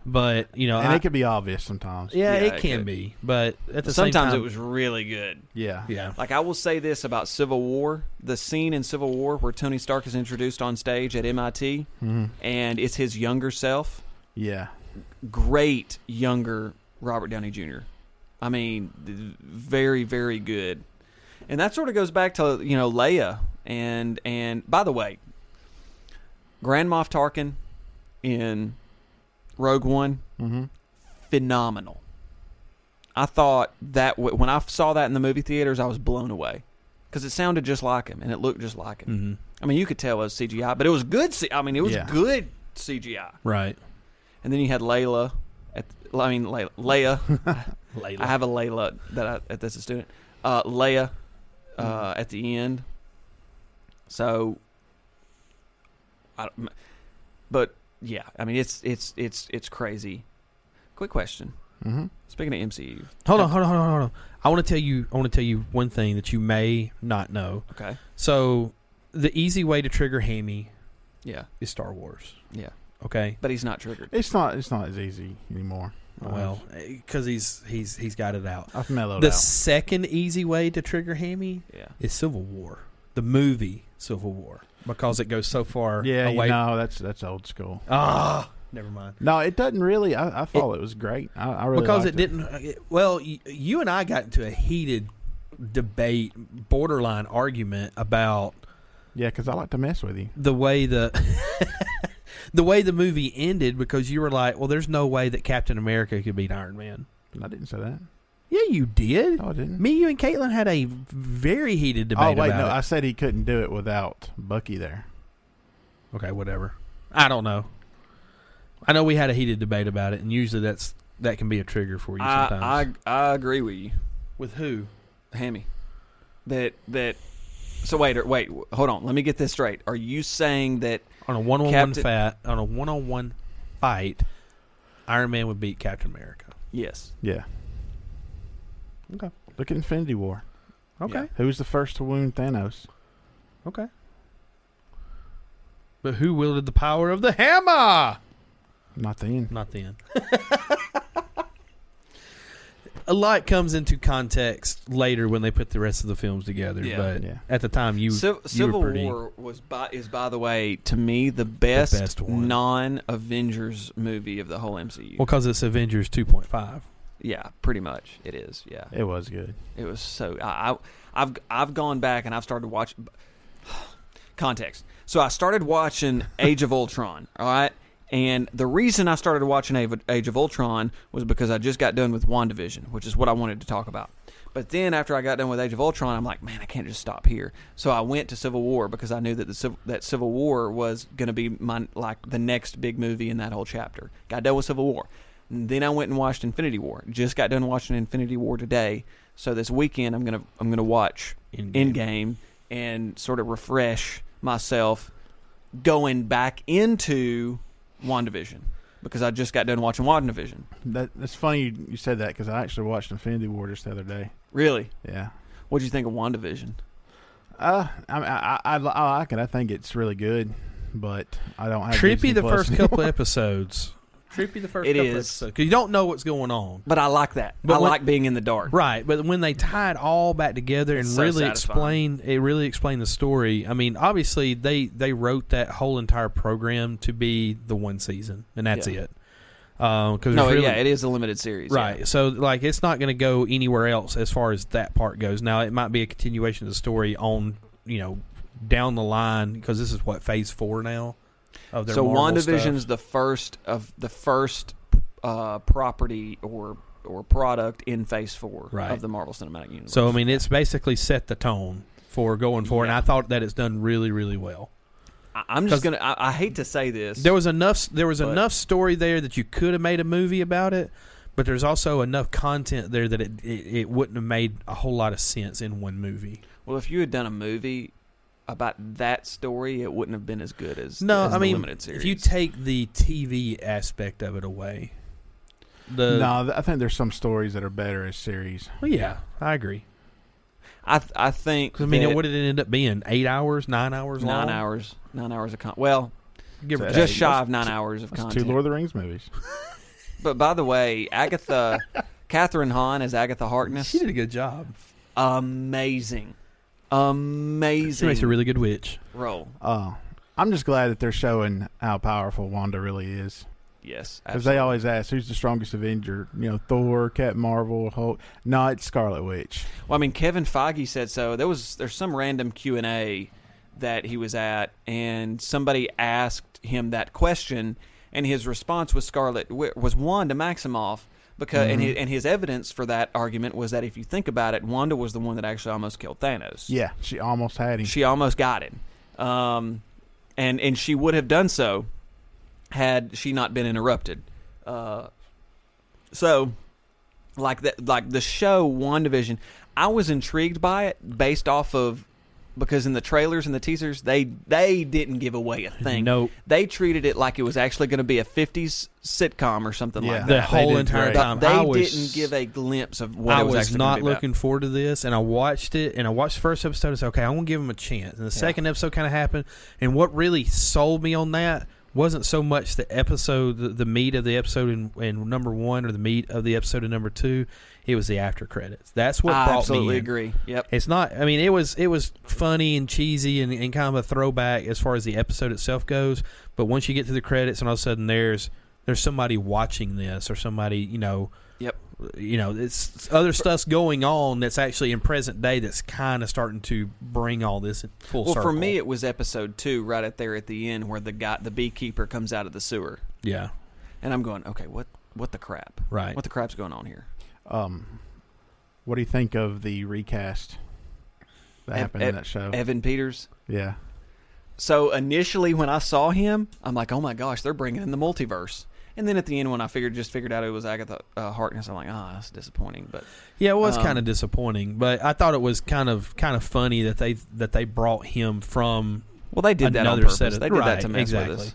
Speaker 2: but you know,
Speaker 3: and
Speaker 2: I-
Speaker 3: it could be obvious sometimes.
Speaker 2: Yeah,
Speaker 1: Yeah,
Speaker 2: it,
Speaker 1: it
Speaker 2: can
Speaker 1: could.
Speaker 2: be, but at the same
Speaker 1: Sometimes
Speaker 2: time,
Speaker 1: it was really good.
Speaker 3: Yeah.
Speaker 2: yeah,
Speaker 1: Like I will say this about Civil War, the scene in Civil War where Tony Stark is introduced on stage at MIT
Speaker 2: Mm-hmm.
Speaker 3: Mhm.
Speaker 1: and it's his younger self,
Speaker 3: Yeah.
Speaker 1: great younger Robert Downey Jr. I mean, th- very very good. And that sort of goes back to, you know, Leia and and by the way, Grand Moff Tarkin in Rogue One
Speaker 3: Mm-hmm.
Speaker 1: phenomenal. I thought that w- when I saw that in the movie theaters, I was blown away because it sounded just like him and it looked just like him.
Speaker 2: hmm
Speaker 1: I mean, you could tell it was CGI, but it was good. C- I mean, it was
Speaker 3: Mm. Yeah.
Speaker 1: good CGI.
Speaker 2: right.
Speaker 1: And then you had Layla. At, I mean, Layla. Leia.
Speaker 2: Layla.
Speaker 1: I have a Layla that I, that- that's a student. Uh, Leia uh,
Speaker 2: Mm-hmm.
Speaker 1: at the end. So, I, don't- but yeah, I mean, it's it's it's it's crazy. Quick question.
Speaker 3: Mm-hmm.
Speaker 1: Speaking of MCU,
Speaker 2: hold on, hold on, hold on, hold on. I want to tell you, I want to tell you one thing that you may not know.
Speaker 1: okay,
Speaker 2: So, the easy way to trigger Hammy
Speaker 1: yeah,
Speaker 2: is Star Wars.
Speaker 1: yeah,
Speaker 2: Okay,
Speaker 1: but he's not triggered.
Speaker 3: It's not. It's not as easy anymore.
Speaker 2: well, because he's he's he's got it out.
Speaker 3: I've, I've mellowed
Speaker 2: The
Speaker 3: Uh-huh. out.
Speaker 2: second easy way to trigger Hammy
Speaker 1: Yeah,
Speaker 2: is Civil War, the movie Civil War, because it goes so far
Speaker 3: yeah.
Speaker 2: away.
Speaker 3: You know, that's that's old school.
Speaker 2: Ah, never mind.
Speaker 3: No, it doesn't really. I, I thought it, was great. I, I really
Speaker 2: because it
Speaker 3: liked
Speaker 2: didn't. uh, it- well, you, you and I got into a heated debate, borderline argument about
Speaker 3: Yeah, because I like to mess with you.
Speaker 2: the way the the way the movie ended. Because you were like, "Well, there's no way that Captain America could beat Iron Man."
Speaker 3: I didn't say that.
Speaker 2: Yeah, you did.
Speaker 3: No, I didn't.
Speaker 2: Me, you, and Caitlin had a very heated debate.
Speaker 3: oh wait,
Speaker 2: about
Speaker 3: no.
Speaker 2: it.
Speaker 3: I said he couldn't do it without Bucky there.
Speaker 2: Okay, whatever. I don't know. I know we had a heated debate about it, and usually that's that can be a trigger for you sometimes.
Speaker 1: I, I I agree with you,
Speaker 2: With who?
Speaker 1: Hammy. That that. So wait, wait, hold on. Let me get this straight. Are you saying that?
Speaker 2: On a one on one
Speaker 1: Captain-
Speaker 2: fat on a one on one fight, Iron Man would beat Captain America.
Speaker 1: Yes.
Speaker 3: Yeah.
Speaker 2: Okay.
Speaker 3: Look at Infinity War.
Speaker 1: Okay.
Speaker 3: Who was the first to wound Thanos?
Speaker 2: Okay. But who wielded the power of the hammer?
Speaker 3: Not the end.
Speaker 2: Not then. a lot comes into context later when they put the rest of the films together,
Speaker 1: Yeah.
Speaker 2: but
Speaker 3: Yeah.
Speaker 2: at the time you
Speaker 1: Civ-
Speaker 2: you
Speaker 1: Civil
Speaker 2: were pretty,
Speaker 1: War was by is by the way to me the best,
Speaker 2: best one.
Speaker 1: non-Avengers movie of the whole MCU.
Speaker 2: Well, because it's Avengers 2.5.
Speaker 1: yeah, pretty much it is. Yeah,
Speaker 3: It was good.
Speaker 1: it was so. I, I I've I've gone back and I've started watching. Context. So I started watching Age of Ultron. All right. And the reason I started watching Ave- Age of Ultron was because I just got done with WandaVision, which is what I wanted to talk about. But then after I got done with Age of Ultron, I'm like, man, I can't just stop here. So I went to Civil War because I knew that the Civ- that Civil War was going to be my like the next big movie in that whole chapter. Got done with Civil War. And then I went and watched Infinity War. Just got done watching Infinity War today. So this weekend I'm gonna I'm gonna watch
Speaker 2: Endgame.
Speaker 1: Endgame and sort of refresh myself going back into WandaVision because I just got done watching WandaVision.
Speaker 3: That that's funny you, you said that because I actually watched Infinity War just the other day.
Speaker 1: Really,
Speaker 3: Yeah.
Speaker 1: what do you think of WandaVision?
Speaker 3: Uh, I, mean, I, I I li- I like it. I think it's really good, but I don't have Disney
Speaker 2: Trippy the
Speaker 3: Plus
Speaker 2: first
Speaker 3: anymore.
Speaker 2: couple episodes. Trippy the first
Speaker 1: It
Speaker 2: couple
Speaker 1: is.
Speaker 2: episodes because you don't know what's going on.
Speaker 1: But I like that.
Speaker 2: But
Speaker 1: I
Speaker 2: when-
Speaker 1: like being in the dark.
Speaker 2: Right, but when they tie it all back together and
Speaker 1: It's so
Speaker 2: really
Speaker 1: satisfying.
Speaker 2: explain it really explain the story. I mean, obviously they they wrote that whole entire program to be the one season, and that's
Speaker 1: Yeah.
Speaker 2: it. Uh, Because
Speaker 1: No, yeah, it is a limited series. yeah.
Speaker 2: right. So like, it's not going to go anywhere else as far as that part goes. Now it might be a continuation of the story on you know down the line because this is what phase four now. Of their
Speaker 1: So
Speaker 2: Marvel stuff.
Speaker 1: WandaVision's the first of the first uh, property or or product in Phase Four
Speaker 2: Right.
Speaker 1: of the Marvel Cinematic Universe.
Speaker 2: So I mean, it's basically set the tone for going forward, and I thought that it's done really, really well.
Speaker 1: I, I'm just gonna. I, I hate to say this.
Speaker 2: There was enough. There was
Speaker 1: But-
Speaker 2: enough story there that you could have made a movie about it, but there's also enough content there that it, it it wouldn't have made a whole lot of sense in one movie.
Speaker 1: well, if you had done a movie about that story, it wouldn't have been as good as
Speaker 2: No,
Speaker 1: as
Speaker 2: I
Speaker 1: the
Speaker 2: mean,
Speaker 1: limited series.
Speaker 2: if you take the TV aspect of it away, the
Speaker 3: no, th- I think there's some stories that are better as series.
Speaker 2: Well, yeah, I agree.
Speaker 1: I th- I think
Speaker 2: 'Cause, I mean,
Speaker 1: that
Speaker 2: what did it end up being? Eight hours, nine hours,
Speaker 1: nine
Speaker 2: long?
Speaker 1: hours, nine hours of con- well,
Speaker 2: Give
Speaker 3: So
Speaker 2: or take.
Speaker 1: just shy of nine hours of
Speaker 3: That's
Speaker 1: content.
Speaker 3: two Lord of the Rings movies.
Speaker 1: But by the way, Agatha, Catherine Hahn as Agatha Harkness.
Speaker 2: She did a good job.
Speaker 1: amazing,
Speaker 2: She
Speaker 1: amazing
Speaker 2: makes a really good witch.
Speaker 1: role.
Speaker 3: Uh, I'm just glad that they're showing how powerful Wanda really is.
Speaker 1: Yes,
Speaker 3: Because they always ask who's the strongest Avenger, you know, Thor, Captain Marvel, Hulk. No, it's Scarlet Witch.
Speaker 1: Well, I mean, Kevin Feige said so. There was there's some random Q and A that he was at, and somebody asked him that question, and his response was Scarlet Wi- was Wanda Maximoff because and his, and his evidence for that argument was that if you think about it, Wanda was the one that actually almost killed Thanos.
Speaker 3: Yeah, she almost had him.
Speaker 1: she almost got him, um, and and she would have done so had she not been interrupted. Uh, so, like that, like the show WandaVision, I was intrigued by it based off of because in the trailers and the teasers they they didn't give away a thing.
Speaker 2: Nope.
Speaker 1: they treated it like it was actually going to be a '50s sitcom or something
Speaker 3: Yeah.
Speaker 1: like
Speaker 2: The
Speaker 1: that.
Speaker 3: They
Speaker 2: whole
Speaker 3: did
Speaker 2: entire
Speaker 3: great.
Speaker 2: time,
Speaker 1: they
Speaker 2: I was-
Speaker 1: didn't give a glimpse of what
Speaker 2: I
Speaker 1: it was,
Speaker 2: was,
Speaker 1: actually gonna
Speaker 2: not
Speaker 1: be about.
Speaker 2: looking forward to this, and I watched it, and I watched the first episode. and said, okay, I'm gonna give him a chance. And the second episode kind of happened, and what really sold me on that wasn't so much the episode, the, the meat of the episode in, in number one, or the meat of the episode in number two. It was the after credits. That's what
Speaker 1: I
Speaker 2: brought
Speaker 1: absolutely
Speaker 2: me in.
Speaker 1: agree. Yep.
Speaker 2: It's not. I mean, it was it was funny and cheesy and, and kind of a throwback as far as the episode itself goes. But once you get to the credits, and all of a sudden there's there's somebody watching this or somebody you know
Speaker 1: Yep.
Speaker 2: you know, it's other stuff's going on that's actually in present day that's kind of starting to bring all this in full
Speaker 1: Well, for
Speaker 2: circle.
Speaker 1: me, it was episode two, right at there at the end, where the guy, the beekeeper, comes out of the sewer,
Speaker 2: yeah,
Speaker 1: and I'm going, okay, what, what the crap?
Speaker 2: right.
Speaker 1: What the crap's going on here?
Speaker 3: Um, what do you think of the recast that
Speaker 1: Ev-
Speaker 3: happened
Speaker 1: Ev-
Speaker 3: in that
Speaker 2: Oh.
Speaker 3: show?
Speaker 1: Evan Peters.
Speaker 3: yeah,
Speaker 1: So initially, when I saw him, I'm like, oh my gosh, they're bringing in the multiverse. And then at the end, when I figured, just figured out it was Agatha uh, Harkness, I'm like, ah, that's disappointing. But
Speaker 2: Yeah, it was
Speaker 1: Um,
Speaker 2: kind of disappointing, but I thought it was kind of kind of funny that they that they brought him from
Speaker 1: well, they did that on
Speaker 2: another
Speaker 1: purpose.
Speaker 2: set of
Speaker 1: they did
Speaker 2: right,
Speaker 1: that to mess
Speaker 2: exactly.
Speaker 1: with us.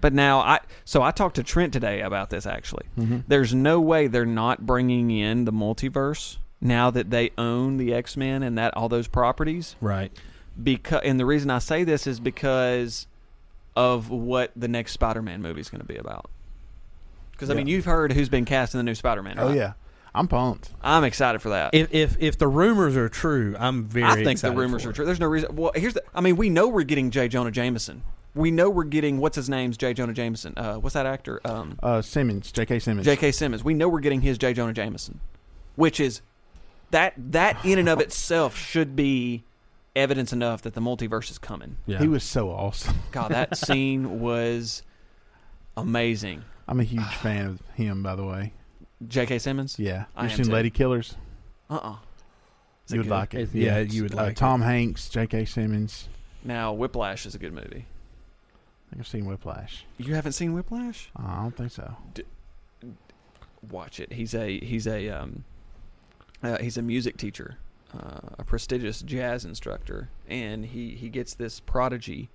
Speaker 1: But now I, so I talked to Trent today about this actually. There's no way they're not bringing in the multiverse now that they own the X Men and that all those properties.
Speaker 2: Right,
Speaker 1: Because and the reason I say this is because of what the next Spider Man movie is going to be about. Because I mean,
Speaker 3: Yeah.
Speaker 1: you've heard who's been cast in the new Spider Man.
Speaker 3: oh yeah, I'm pumped.
Speaker 1: I'm excited for that.
Speaker 2: if if if the rumors are true, I'm very.
Speaker 1: I think the
Speaker 2: excited
Speaker 1: rumors
Speaker 2: for
Speaker 1: are
Speaker 2: it.
Speaker 1: true. There's no reason. Well, here's the. I mean, we know we're getting J Jonah Jameson. We know we're getting what's his name's J Jonah Jameson. Uh, what's that actor? Um,
Speaker 3: Uh, Simmons, J.K. Simmons.
Speaker 1: J.K. Simmons. We know we're getting his J. Jonah Jameson, which is that that in and of itself should be evidence enough that the multiverse is coming.
Speaker 2: Yeah.
Speaker 3: He was so awesome.
Speaker 1: God, that scene was amazing.
Speaker 3: I'm a huge
Speaker 1: Ah.
Speaker 3: fan of him, by the way.
Speaker 1: J.K. Simmons.
Speaker 3: Yeah,
Speaker 1: I
Speaker 3: you've
Speaker 1: am
Speaker 3: seen
Speaker 1: too.
Speaker 3: Lady Killers.
Speaker 1: Uh. uh It's a
Speaker 3: You would
Speaker 1: good-
Speaker 3: like it.
Speaker 2: It's- yeah,
Speaker 3: it's,
Speaker 2: you would
Speaker 3: uh,
Speaker 2: like it.
Speaker 3: Tom Hanks, J.K. Simmons.
Speaker 1: Now, Whiplash is a good movie.
Speaker 3: I think I've seen Whiplash.
Speaker 1: You haven't seen Whiplash?
Speaker 3: Uh, I don't think so.
Speaker 1: Watch it. He's a he's a um, uh, he's a music teacher, uh, a prestigious jazz instructor, and he he gets this prodigy,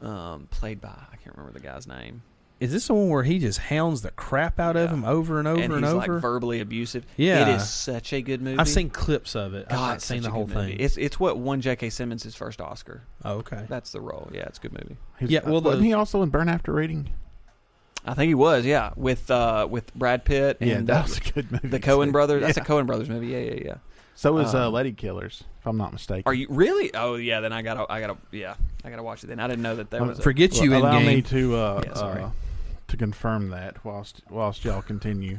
Speaker 1: um, played by I can't remember the guy's name,
Speaker 2: Is this the one where he just hounds the crap out of
Speaker 1: Yeah.
Speaker 2: him over and over and,
Speaker 1: and he's
Speaker 2: over?
Speaker 1: like verbally abusive.
Speaker 2: Yeah.
Speaker 1: it is such a good movie.
Speaker 2: I've seen clips of it. I've
Speaker 1: God,
Speaker 2: not
Speaker 1: it's
Speaker 2: seen
Speaker 1: such
Speaker 2: the
Speaker 1: a
Speaker 2: whole
Speaker 1: good movie.
Speaker 2: thing.
Speaker 1: It's it's what won J.K. Simmons his first Oscar.
Speaker 2: oh, okay.
Speaker 1: That's the role. Yeah, it's a good movie.
Speaker 3: He's-
Speaker 2: Yeah,
Speaker 3: uh,
Speaker 2: well, the-
Speaker 3: wasn't he also in Burn After Reading?
Speaker 1: I think he was. Yeah, with uh, with Brad Pitt and
Speaker 3: yeah,
Speaker 1: uh,
Speaker 3: that was a good movie.
Speaker 1: the Cohen
Speaker 3: too.
Speaker 1: brothers. That's
Speaker 3: Yeah.
Speaker 1: a Cohen brothers movie. Yeah, yeah, yeah.
Speaker 3: So is uh,
Speaker 1: um,
Speaker 3: Lady Killers, if I'm not mistaken.
Speaker 1: Are you really? Oh yeah. Then I gotta, I gotta, yeah, I gotta watch it. Then I didn't know that there
Speaker 3: Um,
Speaker 1: was. a-
Speaker 2: Forget
Speaker 3: Well,
Speaker 2: you in
Speaker 3: allow
Speaker 2: game.
Speaker 3: me to uh,
Speaker 1: Yeah, sorry.
Speaker 3: uh, to confirm that whilst whilst y'all continue.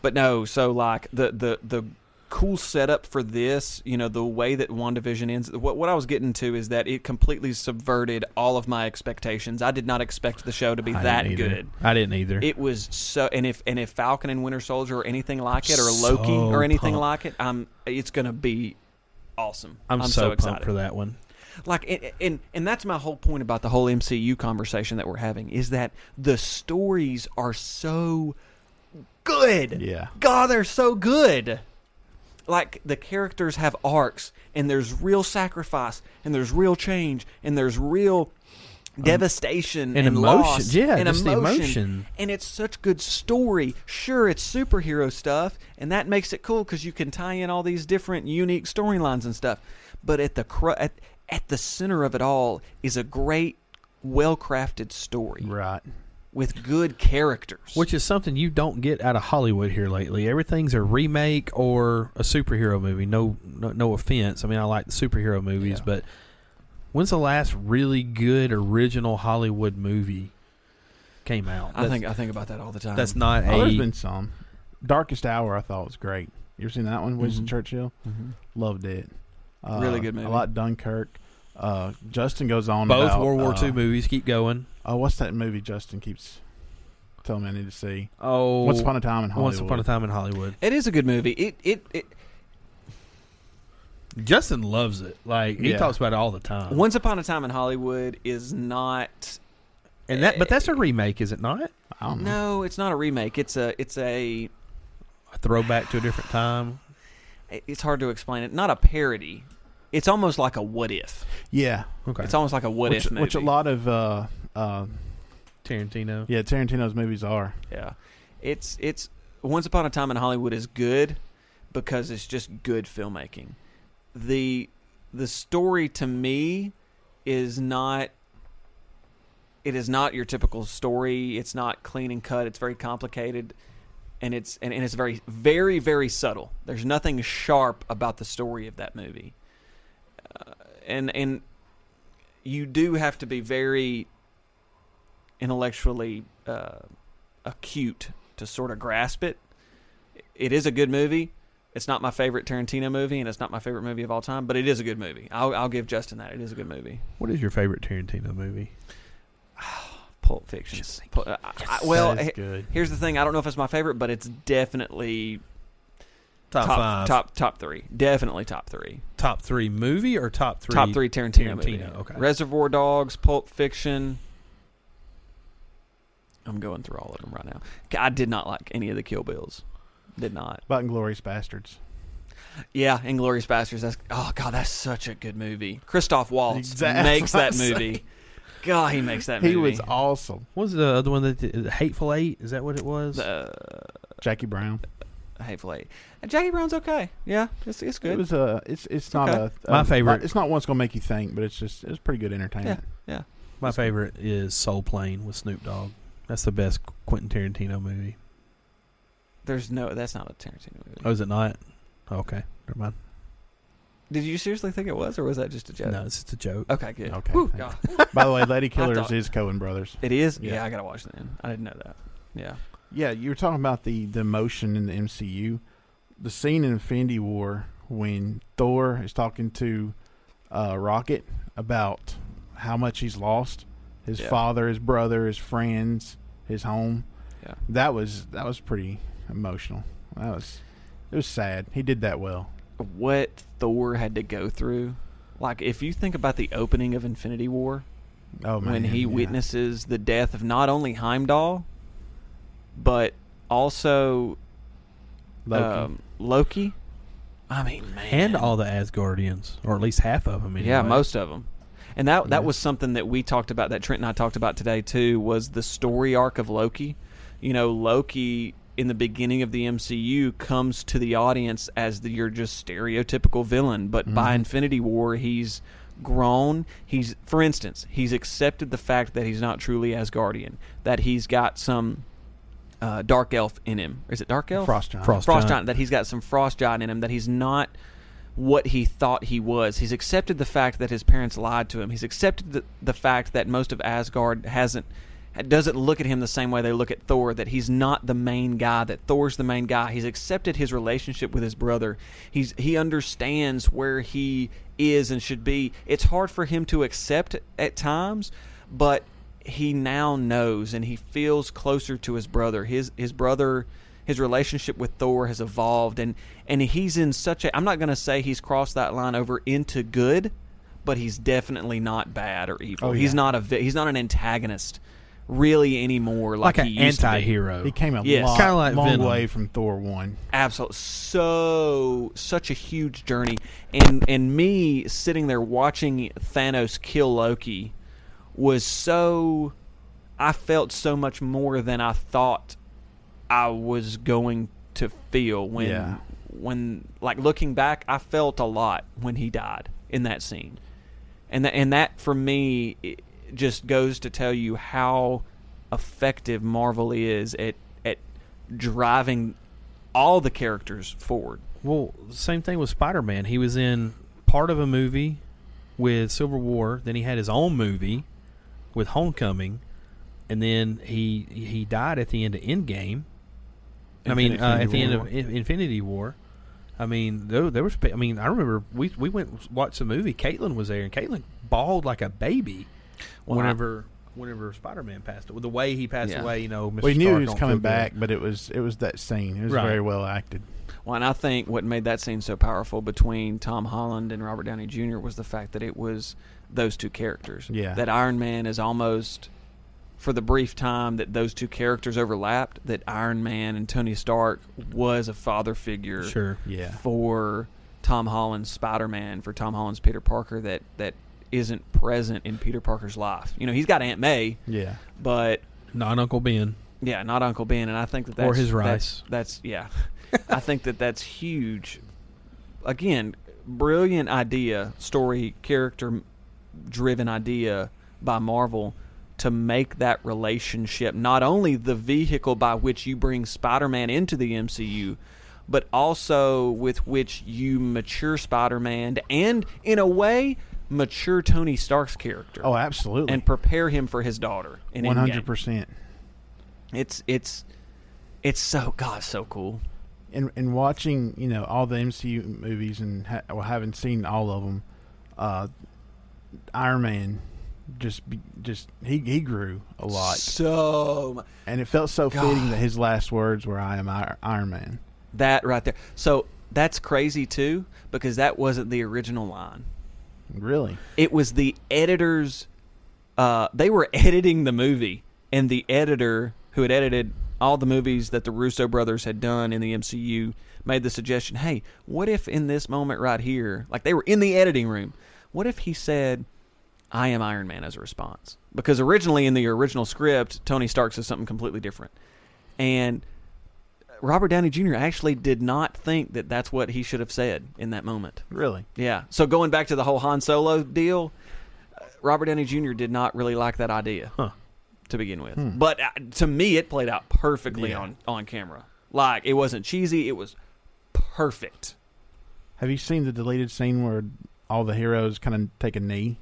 Speaker 1: but no. So like the the the cool setup for this, you know, the way that WandaVision ends. What what I was getting to is that it completely subverted all of my expectations. I did not expect the show to be
Speaker 2: I
Speaker 1: that
Speaker 2: didn't either.
Speaker 1: good.
Speaker 2: I didn't either.
Speaker 1: It was so, and if and if Falcon and Winter Soldier or anything like it, or
Speaker 2: So
Speaker 1: Loki or anything
Speaker 2: pumped.
Speaker 1: like it, I'm it's gonna be awesome.
Speaker 2: I'm, so, pumped
Speaker 1: excited
Speaker 2: for that one.
Speaker 1: like and, and and that's my whole point about the whole MCU conversation that we're having is that the stories are so good.
Speaker 3: yeah,
Speaker 1: God, they're so good. Like the characters have arcs and there's real sacrifice and there's real change and there's real devastation
Speaker 2: Um, and
Speaker 1: and,
Speaker 2: emotion.
Speaker 1: loss
Speaker 2: Yeah,
Speaker 1: and
Speaker 2: just the
Speaker 1: emotion.
Speaker 2: emotion.
Speaker 1: And it's such good story. Sure, it's superhero stuff, and that makes it cool because you can tie in all these different unique storylines and stuff. But at the cru- at, at the center of it all is a great, well-crafted story
Speaker 3: right.
Speaker 1: with good characters.
Speaker 2: Which is something you don't get out of Hollywood here lately. Everything's a remake or a superhero movie. No, no, no offense. I mean, I like the superhero movies,
Speaker 1: Yeah.
Speaker 2: but when's the last really good original Hollywood movie came out?
Speaker 1: I
Speaker 2: That's-
Speaker 1: think I think about that all the time.
Speaker 2: that's not
Speaker 3: Oh,
Speaker 2: a.
Speaker 3: there's been some. Darkest Hour, I thought was great. You ever seen that one? Winston
Speaker 1: Mhm.
Speaker 3: Churchill
Speaker 1: Mhm.
Speaker 3: loved it. Uh,
Speaker 1: Really good movie.
Speaker 3: I like Dunkirk. Uh, Justin goes on
Speaker 2: both
Speaker 3: about,
Speaker 2: World War
Speaker 3: uh,
Speaker 2: II movies keep going.
Speaker 3: Oh, what's that movie Justin keeps telling me I need to see?
Speaker 2: Oh,
Speaker 3: Once upon a time in Hollywood.
Speaker 2: Once Upon a Time in Hollywood.
Speaker 1: It is a good movie. It it, it
Speaker 2: Justin loves it. Like he
Speaker 3: Yeah.
Speaker 2: talks about it all the time.
Speaker 1: Once Upon a Time in Hollywood is not
Speaker 2: and that, but that's a remake, is it not?
Speaker 3: I don't know.
Speaker 1: no, it's not a remake. It's a it's a
Speaker 2: A throwback to a different time.
Speaker 1: it's hard to explain it. Not a parody. It's almost like a what if.
Speaker 3: Yeah,
Speaker 2: Okay,
Speaker 1: It's almost like a what
Speaker 3: which,
Speaker 1: if movie.
Speaker 3: which a lot of uh, uh,
Speaker 2: Tarantino.
Speaker 3: yeah Tarantino's movies are.
Speaker 1: Yeah. It's it's Once Upon a Time in Hollywood is good because it's just good filmmaking. The the story to me is not it is not your typical story. It's not clean and cut. It's very complicated and it's and, and it's very very very subtle. There's nothing sharp about the story of that movie. Uh, and and you do have to be very intellectually uh, acute to sort of grasp it. It is a good movie. It's not my favorite Tarantino movie, and it's not my favorite movie of all time, but it is a good movie. I'll, I'll give Justin that. It is a good movie.
Speaker 2: What is your favorite Tarantino movie?
Speaker 1: Pulp Fiction. Pul- uh, I- I- well,
Speaker 3: That is
Speaker 1: he-
Speaker 3: good.
Speaker 1: here's the thing. I don't know if it's my favorite, but it's definitely
Speaker 2: Top, five,
Speaker 1: top top three. Definitely top three.
Speaker 2: top three movie or top three?
Speaker 1: top three Tarantino,
Speaker 2: Tarantino,
Speaker 1: movie.
Speaker 2: okay.
Speaker 1: Reservoir Dogs, Pulp Fiction. I'm going through all of them right now. I did not like any of the Kill Bills. Did not.
Speaker 3: About Inglorious Bastards.
Speaker 1: Yeah, Inglorious Bastards. That's oh god, that's such a good movie. Christoph Waltz
Speaker 3: Exactly.
Speaker 1: makes that
Speaker 3: That's what I'm
Speaker 1: movie. God, he makes that movie.
Speaker 3: He was awesome.
Speaker 2: What was the other one that the Hateful Eight? Is that what it was?
Speaker 1: the
Speaker 3: Jackie Brown.
Speaker 1: Hateful Eight. Uh, Jackie Brown's okay. Yeah, it's it's
Speaker 3: It
Speaker 1: good.
Speaker 3: was a. It's it's not
Speaker 1: Okay.
Speaker 3: a.
Speaker 2: My
Speaker 3: a-
Speaker 2: favorite.
Speaker 3: It's not one's gonna make you think, but it's just it's pretty good entertainment.
Speaker 1: yeah,
Speaker 2: My favorite is Soul Plane with Snoop Dogg. That's the best Quentin Tarantino movie.
Speaker 1: there's no. That's not a Tarantino movie.
Speaker 2: Oh, is it not? Okay, never mind.
Speaker 1: Did you seriously think it was, or was that just a joke?
Speaker 2: No, it's just a joke.
Speaker 1: Okay, good.
Speaker 3: Okay,
Speaker 1: Whew,
Speaker 3: thank
Speaker 1: God.
Speaker 3: By the way, Lady Killers
Speaker 1: thought-
Speaker 3: is Cohen Brothers.
Speaker 1: It is. Yeah.
Speaker 3: Yeah.
Speaker 1: I gotta watch that. then. I didn't know that. Yeah.
Speaker 3: Yeah, you were talking about the the emotion in the MCU. The scene in Infinity War when Thor is talking to uh, Rocket about how much he's lost, his
Speaker 1: Yeah.
Speaker 3: father, his brother, his friends, his home.
Speaker 1: Yeah.
Speaker 3: That was that was pretty emotional. That was it was sad. He did that well.
Speaker 1: what Thor had to go through. Like if you think about the opening of Infinity War
Speaker 3: Oh man,
Speaker 1: when he
Speaker 3: yeah.
Speaker 1: witnesses the death of not only Heimdall but also
Speaker 3: Loki.
Speaker 1: Um, Loki. I mean, man.
Speaker 2: and all the Asgardians, or at least half of them. Anyway.
Speaker 1: Yeah, most of them. And that that
Speaker 3: Yeah.
Speaker 1: was something that we talked about that Trent and I talked about today too was the story arc of Loki. You know, Loki in the beginning of the MCU comes to the audience as the, your just stereotypical villain, but by
Speaker 3: Mm-hmm.
Speaker 1: Infinity War he's grown. He's for instance, he's accepted the fact that he's not truly Asgardian, that he's got some uh, dark elf in him. Is it dark elf?
Speaker 3: Frost Giant.
Speaker 2: Frost
Speaker 1: frost
Speaker 2: giant.
Speaker 1: giant. That he's got some frost giant in him. That he's not what he thought he was. He's accepted the fact that his parents lied to him. He's accepted the, the fact that most of Asgard hasn't doesn't look at him the same way they look at Thor. That he's not the main guy. That Thor's the main guy. He's accepted his relationship with his brother. He's he understands where he is and should be. It's hard for him to accept at times, but he now knows and he feels closer to his brother. His his brother his relationship with Thor has evolved and and he's in such a I'm not going to say he's crossed that line over into good, but he's definitely not bad or evil.
Speaker 3: Oh, yeah.
Speaker 1: He's not a vi- he's not an antagonist really anymore like,
Speaker 2: like an
Speaker 1: he used to be.
Speaker 2: anti-hero.
Speaker 3: he came a
Speaker 1: Yes.
Speaker 3: lot,
Speaker 2: Kinda like
Speaker 3: long
Speaker 2: Venom.
Speaker 3: way from Thor one.
Speaker 1: Absolutely, so such a huge journey, and and me sitting there watching Thanos kill Loki was so. I felt so much more than I thought I was going to feel when
Speaker 3: Yeah.
Speaker 1: when like looking back, I felt a lot when he died in that scene, and that and that for me it just goes to tell you how effective Marvel is at at driving all the characters forward.
Speaker 2: Well, same thing with Spider Man. He was in part of a movie with Civil War, then he had his own movie with Homecoming, and then he he died at the end of Endgame. I mean, uh, at the end of In- Infinity War. I mean, there, there was. I mean, I remember we we went and watched a movie. Caitlin was there, and Caitlin bawled like a baby
Speaker 1: Well, I-
Speaker 2: whenever whenever Spider Man passed. away. The way he passed
Speaker 1: Yeah.
Speaker 2: away, you know, Mr.
Speaker 3: We knew
Speaker 2: Stark
Speaker 3: he was
Speaker 2: don't
Speaker 3: coming
Speaker 2: feel good.
Speaker 3: back, but it was it was that scene. It was
Speaker 2: Right.
Speaker 3: very well acted.
Speaker 1: Well, and I think what made that scene so powerful between Tom Holland and Robert Downey Jr. was the fact that it was those two characters.
Speaker 3: Yeah.
Speaker 1: That Iron Man is almost, for the brief time that those two characters overlapped, that Iron Man and Tony Stark was a father figure
Speaker 2: Sure.
Speaker 3: Yeah,
Speaker 1: for Tom Holland's Spider Man, for Tom Holland's Peter Parker that, that isn't present in Peter Parker's life. You know, he's got Aunt May,
Speaker 3: yeah.
Speaker 1: but
Speaker 2: Not Uncle Ben.
Speaker 1: yeah, not Uncle Ben, and I think that
Speaker 2: Or
Speaker 1: that's,
Speaker 2: his
Speaker 1: that's-
Speaker 2: rice.
Speaker 1: That's, yeah, I think that that's huge. Again, brilliant idea, story, character driven idea by Marvel to make that relationship not only the vehicle by which you bring Spider-Man into the MCU, but also with which you mature Spider-Man and in a way mature Tony Stark's character
Speaker 3: Oh, absolutely.
Speaker 1: and prepare him for his daughter in
Speaker 3: one
Speaker 1: Endgame.
Speaker 3: hundred percent.
Speaker 1: It's it's it's so god so cool.
Speaker 3: and and watching you know all the MCU movies and ha- well, having seen all of them, uh, Iron Man just be- just he he grew a lot,
Speaker 1: So mu-
Speaker 3: and it felt so
Speaker 1: God.
Speaker 3: fitting that his last words were "I am Ir- Iron Man."
Speaker 1: that right there. So that's crazy too because that wasn't the original line.
Speaker 3: Really,
Speaker 1: It was the editors. Uh, they were editing the movie, and the editor who had edited all the movies that the Russo brothers had done in the MCU made the suggestion, "Hey, what if in this moment right here, like they were in the editing room, what if he said?" I am Iron Man as a response. Because originally in the original script, Tony Stark says something completely different. And Robert Downey Jr. actually did not think that that's what he should have said in that moment.
Speaker 3: really,
Speaker 1: Yeah. So going back to the whole Han Solo deal, uh, Robert Downey Jr. did not really like that idea
Speaker 2: Huh.
Speaker 1: to begin with. But uh, to me, it played out perfectly
Speaker 3: Hmm. Yeah.
Speaker 1: on, on camera. Like, it wasn't cheesy, it was perfect.
Speaker 3: have you seen the deleted scene where all the heroes kind of take a knee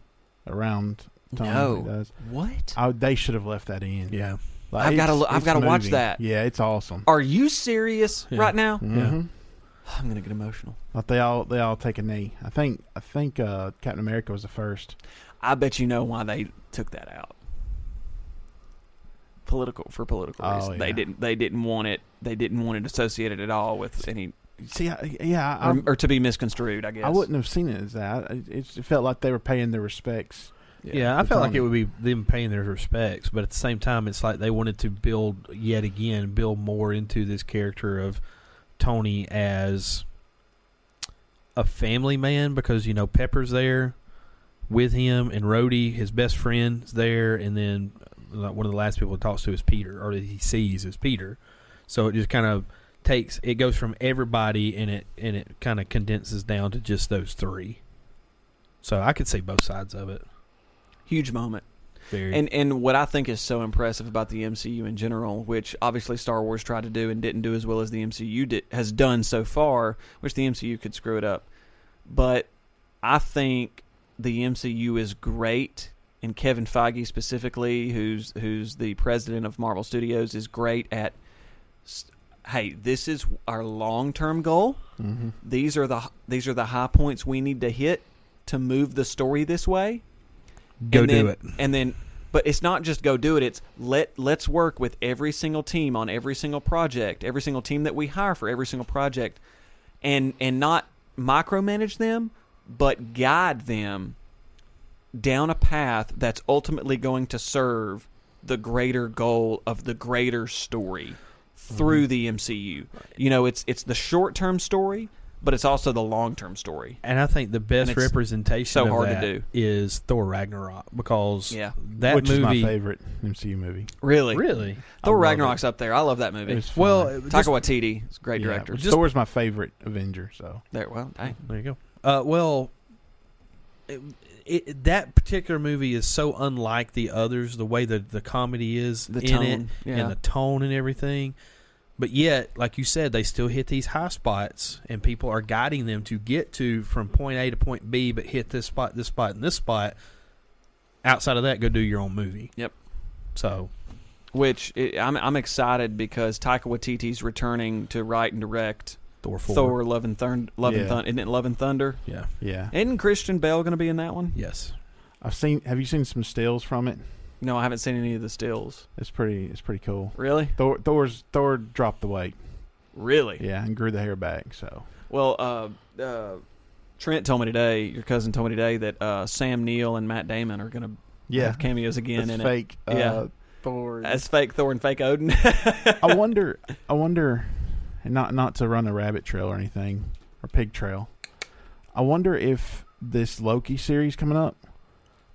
Speaker 3: around? Tom
Speaker 1: No.
Speaker 3: He does?
Speaker 1: What?
Speaker 3: I, they should have left that in.
Speaker 2: Yeah.
Speaker 3: Like,
Speaker 1: I've gotta
Speaker 3: it's-
Speaker 1: look- I've
Speaker 3: it's
Speaker 1: gotta watch
Speaker 3: moving.
Speaker 1: that.
Speaker 3: Yeah, it's awesome.
Speaker 1: Are you serious
Speaker 2: Yeah.
Speaker 1: right now?
Speaker 2: Yeah.
Speaker 3: Mhm.
Speaker 1: I'm going to get emotional.
Speaker 3: Like they all they all take a knee. I think I think uh, Captain America was the first.
Speaker 1: I bet you know why they took that out. Political for political
Speaker 3: Oh,
Speaker 1: reasons. They
Speaker 3: yeah.
Speaker 1: didn't they didn't want it they didn't want it associated at all with any
Speaker 3: See, I, yeah, I,
Speaker 1: or, or to be misconstrued, I guess.
Speaker 3: I wouldn't have seen it as that. It, it's- it felt like they were paying their respects.
Speaker 2: Yeah, I
Speaker 3: The
Speaker 2: felt like it
Speaker 3: Tommy.
Speaker 2: would be them paying their respects, but at the same time, it's like they wanted to build yet again, build more into this character of Tony as a family man because you know Pepper's there with him and Rhodey, his best friend's there, and then like, one of the last people he talks to is Peter, or that he sees is Peter. So it just kind of takes it goes from everybody and it and it kind of condenses down to just those three. So I could see both sides of it.
Speaker 1: Huge moment.
Speaker 2: Very
Speaker 1: And and what I think is so impressive about the MCU in general, which obviously Star Wars tried to do and didn't do as well as the MCU did, has done so far, which the MCU could screw it up. But I think the MCU is great, and Kevin Feige specifically, who's who's the president of Marvel Studios, is great at. s- Hey, this is our long term goal
Speaker 3: Mm-hmm.
Speaker 1: these are the these are the high points we need to hit to move the story this way.
Speaker 2: Go
Speaker 1: and
Speaker 2: do
Speaker 1: then,
Speaker 2: it.
Speaker 1: And then but it's not just go do it, it's let let's work with every single team on every single project, every single team that we hire for every single project and and not micromanage them, but guide them down a path that's ultimately going to serve the greater goal of the greater story through the MCU. You know, it's it's the short term story, but it's also the long term story.
Speaker 2: And I think the best
Speaker 1: it's
Speaker 2: representation
Speaker 1: so
Speaker 2: of
Speaker 1: hard to
Speaker 2: that
Speaker 1: do.
Speaker 2: is Thor Ragnarok because
Speaker 1: Yeah.
Speaker 2: that
Speaker 3: Which
Speaker 2: movie
Speaker 3: is my favorite MCU movie.
Speaker 1: Really,
Speaker 2: really
Speaker 1: Thor
Speaker 3: I love
Speaker 1: Ragnarok's up there. I love that
Speaker 3: It
Speaker 1: movie.
Speaker 3: was fun.
Speaker 2: well
Speaker 3: Yeah,
Speaker 2: it-
Speaker 1: Taika
Speaker 2: just-
Speaker 1: Waititi is a great director.
Speaker 3: but Thor's my favorite Avenger. So
Speaker 1: there, well, dang.
Speaker 2: there you go. Uh, well, it, it, that particular movie is so unlike the others, the way that the comedy is
Speaker 1: the
Speaker 2: in
Speaker 1: tone,
Speaker 2: it,
Speaker 1: yeah.
Speaker 2: and the tone and everything. But yet, like you said, they still hit these high spots, and people are guiding them to get to from point A to point B, but hit this spot, this spot, and this spot. Outside of that, go do your own movie.
Speaker 1: Yep.
Speaker 2: So
Speaker 1: which it, I'm I'm excited because Taika Waititi's returning to write and direct
Speaker 2: Thor four.
Speaker 1: Thor Love and Thunder. Love and
Speaker 3: Yeah.
Speaker 1: Thun- isn't it Love and Thunder?
Speaker 2: Yeah.
Speaker 3: yeah,
Speaker 1: Isn't Christian Bale going to be in that one?
Speaker 2: Yes.
Speaker 3: I've seen. Have you seen some stills from it?
Speaker 1: No, I haven't seen any of the stills.
Speaker 3: It's pretty. It's pretty cool.
Speaker 1: Really?
Speaker 3: Thor, Thor's Thor dropped the weight.
Speaker 1: Really?
Speaker 3: Yeah, and grew the hair back. So
Speaker 1: Well, uh, uh, Trent told me today, your cousin told me today that uh, Sam Neill and Matt Damon are going to
Speaker 3: yeah,
Speaker 1: have cameos again
Speaker 3: that's
Speaker 1: in
Speaker 3: fake. Uh,
Speaker 1: Yeah.
Speaker 3: Thor.
Speaker 1: it as fake Thor and fake Odin.
Speaker 3: I wonder. I wonder. and Not not to run a rabbit trail or anything or pig trail. I wonder if this Loki series coming up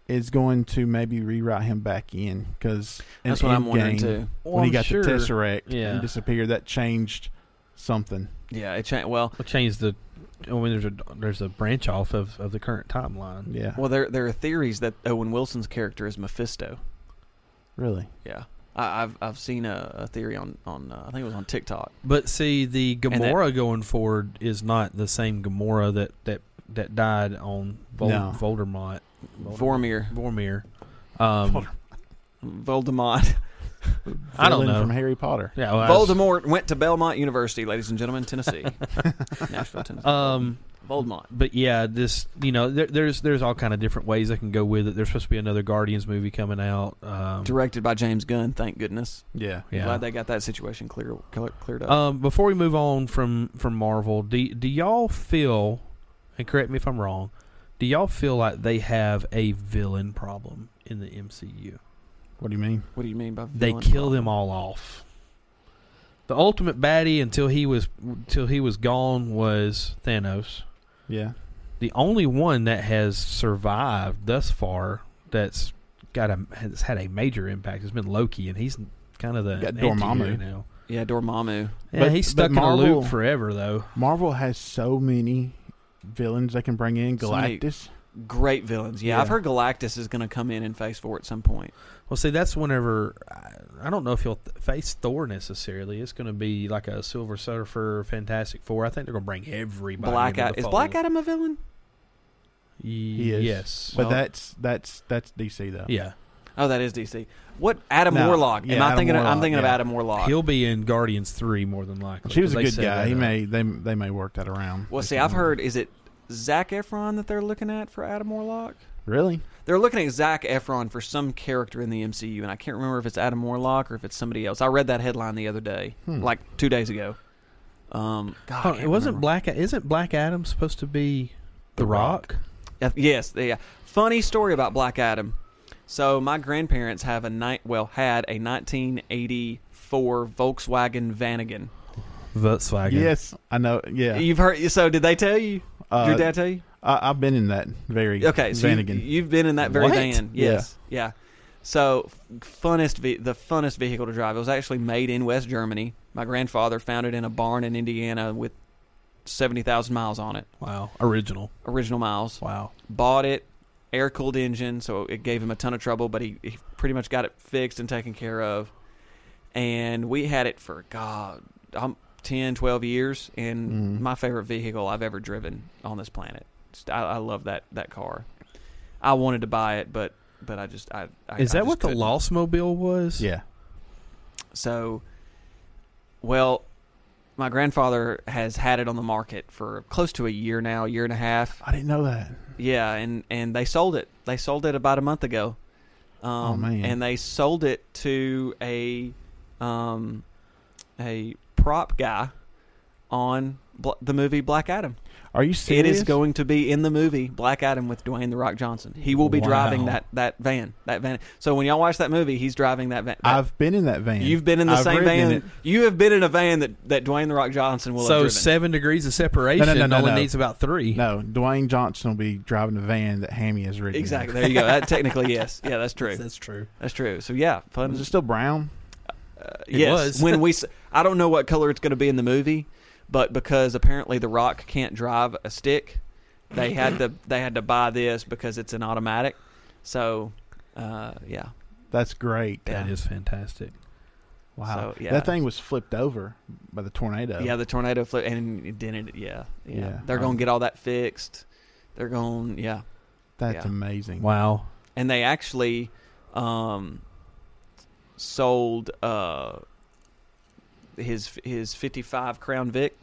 Speaker 3: is going to maybe rewrite him back in because
Speaker 1: That's what I'm wondering too.
Speaker 3: When he got the tesseract
Speaker 2: Yeah.
Speaker 3: and disappeared, that changed something.
Speaker 1: Yeah, it changed. Well,
Speaker 2: We'll change the. I mean, there's a there's a branch off of, of the current timeline.
Speaker 3: Yeah,
Speaker 1: well, there there are theories that Owen Wilson's character is Mephisto.
Speaker 3: really.
Speaker 1: Yeah, I, I've I've seen a, a theory on on uh, I think it was on TikTok.
Speaker 2: But see, the
Speaker 1: And that-
Speaker 2: Gamora going forward is not the same Gamora that that, that died on Vol-
Speaker 3: No.
Speaker 2: Voldemort.
Speaker 1: Vormir,
Speaker 2: Vormir. Um,
Speaker 1: Voldemort,
Speaker 2: I don't
Speaker 3: Villain
Speaker 2: know.
Speaker 3: from Harry Potter.
Speaker 2: yeah, well, I was-
Speaker 1: Voldemort went to Belmont University, ladies and gentlemen, Tennessee, Nashville, Tennessee.
Speaker 2: Um,
Speaker 1: Voldemort.
Speaker 2: but yeah, this you know there, there's there's all kind of different ways they can go with it. There's supposed to be another Guardians movie coming out. Um,
Speaker 1: Directed by James Gunn, thank goodness.
Speaker 3: Yeah.
Speaker 2: yeah.
Speaker 1: Glad they got that situation clear, clear cleared up.
Speaker 2: Um, before we move on from from Marvel, do do y'all feel? And correct me if I'm wrong. Do y'all feel like they have a villain problem in the MCU?
Speaker 3: What do you mean?
Speaker 1: what do you mean by
Speaker 2: They
Speaker 1: villain
Speaker 2: kill
Speaker 1: problem?
Speaker 2: them all off. The ultimate baddie until he was until he was gone was Thanos.
Speaker 3: Yeah.
Speaker 2: The only one that has survived thus far that's got a has had a major impact has been Loki, and he's kind of the
Speaker 3: Got
Speaker 2: anti-hero
Speaker 3: Dormammu.
Speaker 2: now.
Speaker 1: Yeah, Dormammu.
Speaker 2: Yeah,
Speaker 3: But-
Speaker 2: he's
Speaker 3: but
Speaker 2: stuck in a
Speaker 3: Marvel-
Speaker 2: loop forever though.
Speaker 3: Marvel has so many villains they can bring in.
Speaker 1: So many-
Speaker 3: Galactus.
Speaker 1: Great villains. Yeah,
Speaker 3: Yeah.
Speaker 1: I've heard Galactus is going to come in and face four at some point.
Speaker 2: Well, see, that's whenever I, I don't know if he'll th- face Thor necessarily. It's going to be like a Silver Surfer, Fantastic Four. I think they're going to bring everybody.
Speaker 1: Black
Speaker 2: into
Speaker 1: Adam
Speaker 2: the
Speaker 1: is
Speaker 2: fold.
Speaker 1: Black Adam a villain?
Speaker 2: Ye-
Speaker 3: He is.
Speaker 2: Yes.
Speaker 3: But
Speaker 1: Well-
Speaker 3: that's that's that's DC though.
Speaker 2: yeah,
Speaker 1: Oh, that is DC. What Adam
Speaker 3: No,
Speaker 1: Warlock? Am
Speaker 3: yeah,
Speaker 1: I
Speaker 3: Adam
Speaker 1: thinking? Of, I'm
Speaker 3: Warlock,
Speaker 1: thinking of
Speaker 3: yeah.
Speaker 1: Adam Warlock.
Speaker 2: he'll be in Guardians Three more than likely.
Speaker 3: She was
Speaker 2: 'cause
Speaker 3: a
Speaker 2: they
Speaker 3: good
Speaker 2: set
Speaker 3: guy.
Speaker 2: that uh,
Speaker 3: He
Speaker 2: up.
Speaker 3: may they they may work that
Speaker 1: uh,
Speaker 3: around.
Speaker 1: Well,
Speaker 3: They
Speaker 1: see,
Speaker 3: can-
Speaker 1: I've heard is it Zach Efron that they're looking at for Adam Warlock?
Speaker 3: really.
Speaker 1: They're looking at Zach Efron for some character in the MCU, and I can't remember if it's Adam Warlock or if it's somebody else. I read that headline the other day,
Speaker 3: Hmm.
Speaker 1: like two days ago. Um, God, I
Speaker 2: Hold on,
Speaker 1: can't
Speaker 2: it wasn't
Speaker 1: remember.
Speaker 2: Black. Isn't Black Adam supposed to be
Speaker 3: The
Speaker 2: the,
Speaker 3: Rock.
Speaker 2: Rock?
Speaker 1: Yeah, Yes, yeah. Funny story about Black Adam. So my grandparents have a night, well, had a 1984 Volkswagen Vanagon.
Speaker 2: Volkswagen.
Speaker 3: Yes, I know. Yeah,
Speaker 1: You've heard. So did they tell you?
Speaker 3: uh,
Speaker 1: Your dad tell you?
Speaker 3: I, I've been in that very
Speaker 1: Okay, so you,
Speaker 3: Vanagon.
Speaker 1: you've been in that very
Speaker 2: What?
Speaker 1: van.
Speaker 3: Yeah.
Speaker 1: Yes, yeah. So f- funnest, ve- the funnest vehicle to drive. It was actually made in West Germany. My grandfather found it in a barn in Indiana with seventy thousand miles on it,
Speaker 2: Wow. Original.
Speaker 1: original miles.
Speaker 2: Wow.
Speaker 1: bought it, air cooled engine, so it gave him a ton of trouble, but he, he pretty much got it fixed and taken care of. And we had it for, God, um, 10, 12 years, and
Speaker 2: Mm-hmm.
Speaker 3: Mhm.
Speaker 1: my favorite vehicle I've ever driven on this planet. Just, I, I love that, that car. I wanted to buy it, but but I just I, I
Speaker 2: Is
Speaker 1: I
Speaker 2: that
Speaker 1: just
Speaker 2: what the
Speaker 1: couldn't.
Speaker 2: Lost Mobile was?
Speaker 3: yeah,
Speaker 1: So, well, my grandfather has had it on the market for close to a year now, year and a half.
Speaker 3: I didn't know that.
Speaker 1: Yeah, and and they sold it. They sold it about a month ago. Um,
Speaker 3: Oh, man.
Speaker 1: And they sold it to a um, a prop guy on Bl- the movie Black Adam.
Speaker 3: Are you
Speaker 1: It
Speaker 3: serious?
Speaker 1: is going to be in the movie Black Adam with Dwayne the Rock Johnson. He will be
Speaker 2: Wow.
Speaker 1: driving that that van. That van. So when y'all watch that movie, he's driving that van. that-
Speaker 3: I've been in that van.
Speaker 1: You've been in the
Speaker 3: I've
Speaker 1: same
Speaker 3: ridden in
Speaker 1: van.
Speaker 3: it.
Speaker 1: You have been in a van that, that Dwayne the Rock Johnson will have
Speaker 2: so
Speaker 1: driven.
Speaker 2: seven degrees of separation
Speaker 3: No, no, no, no,
Speaker 2: only
Speaker 3: no.
Speaker 2: needs about three.
Speaker 3: No, Dwayne Johnson will be driving the van that Hammy has ridden. in.
Speaker 1: exactly. There you go. That technically yes. Yeah, that's true.
Speaker 2: That's true.
Speaker 1: That's true. So yeah, fun.
Speaker 3: Was it still brown?
Speaker 1: Uh,
Speaker 2: It
Speaker 1: yes,
Speaker 2: was.
Speaker 1: when we, s- I don't know what color it's going to be in the movie, but because apparently The Rock can't drive a stick, they had to they had to buy this because it's an automatic. So, uh, yeah,
Speaker 3: That's great.
Speaker 1: Yeah.
Speaker 2: That is fantastic.
Speaker 3: Wow.
Speaker 1: So, yeah.
Speaker 3: That thing was flipped over by the tornado.
Speaker 1: yeah, the tornado flew and it didn't. Yeah, yeah,
Speaker 3: Oh. Yeah.
Speaker 1: they're going to get all that fixed. They're going, yeah,
Speaker 3: That's
Speaker 1: yeah.
Speaker 3: amazing.
Speaker 2: Wow.
Speaker 1: and they actually um, sold uh, his his fifty five Crown Vic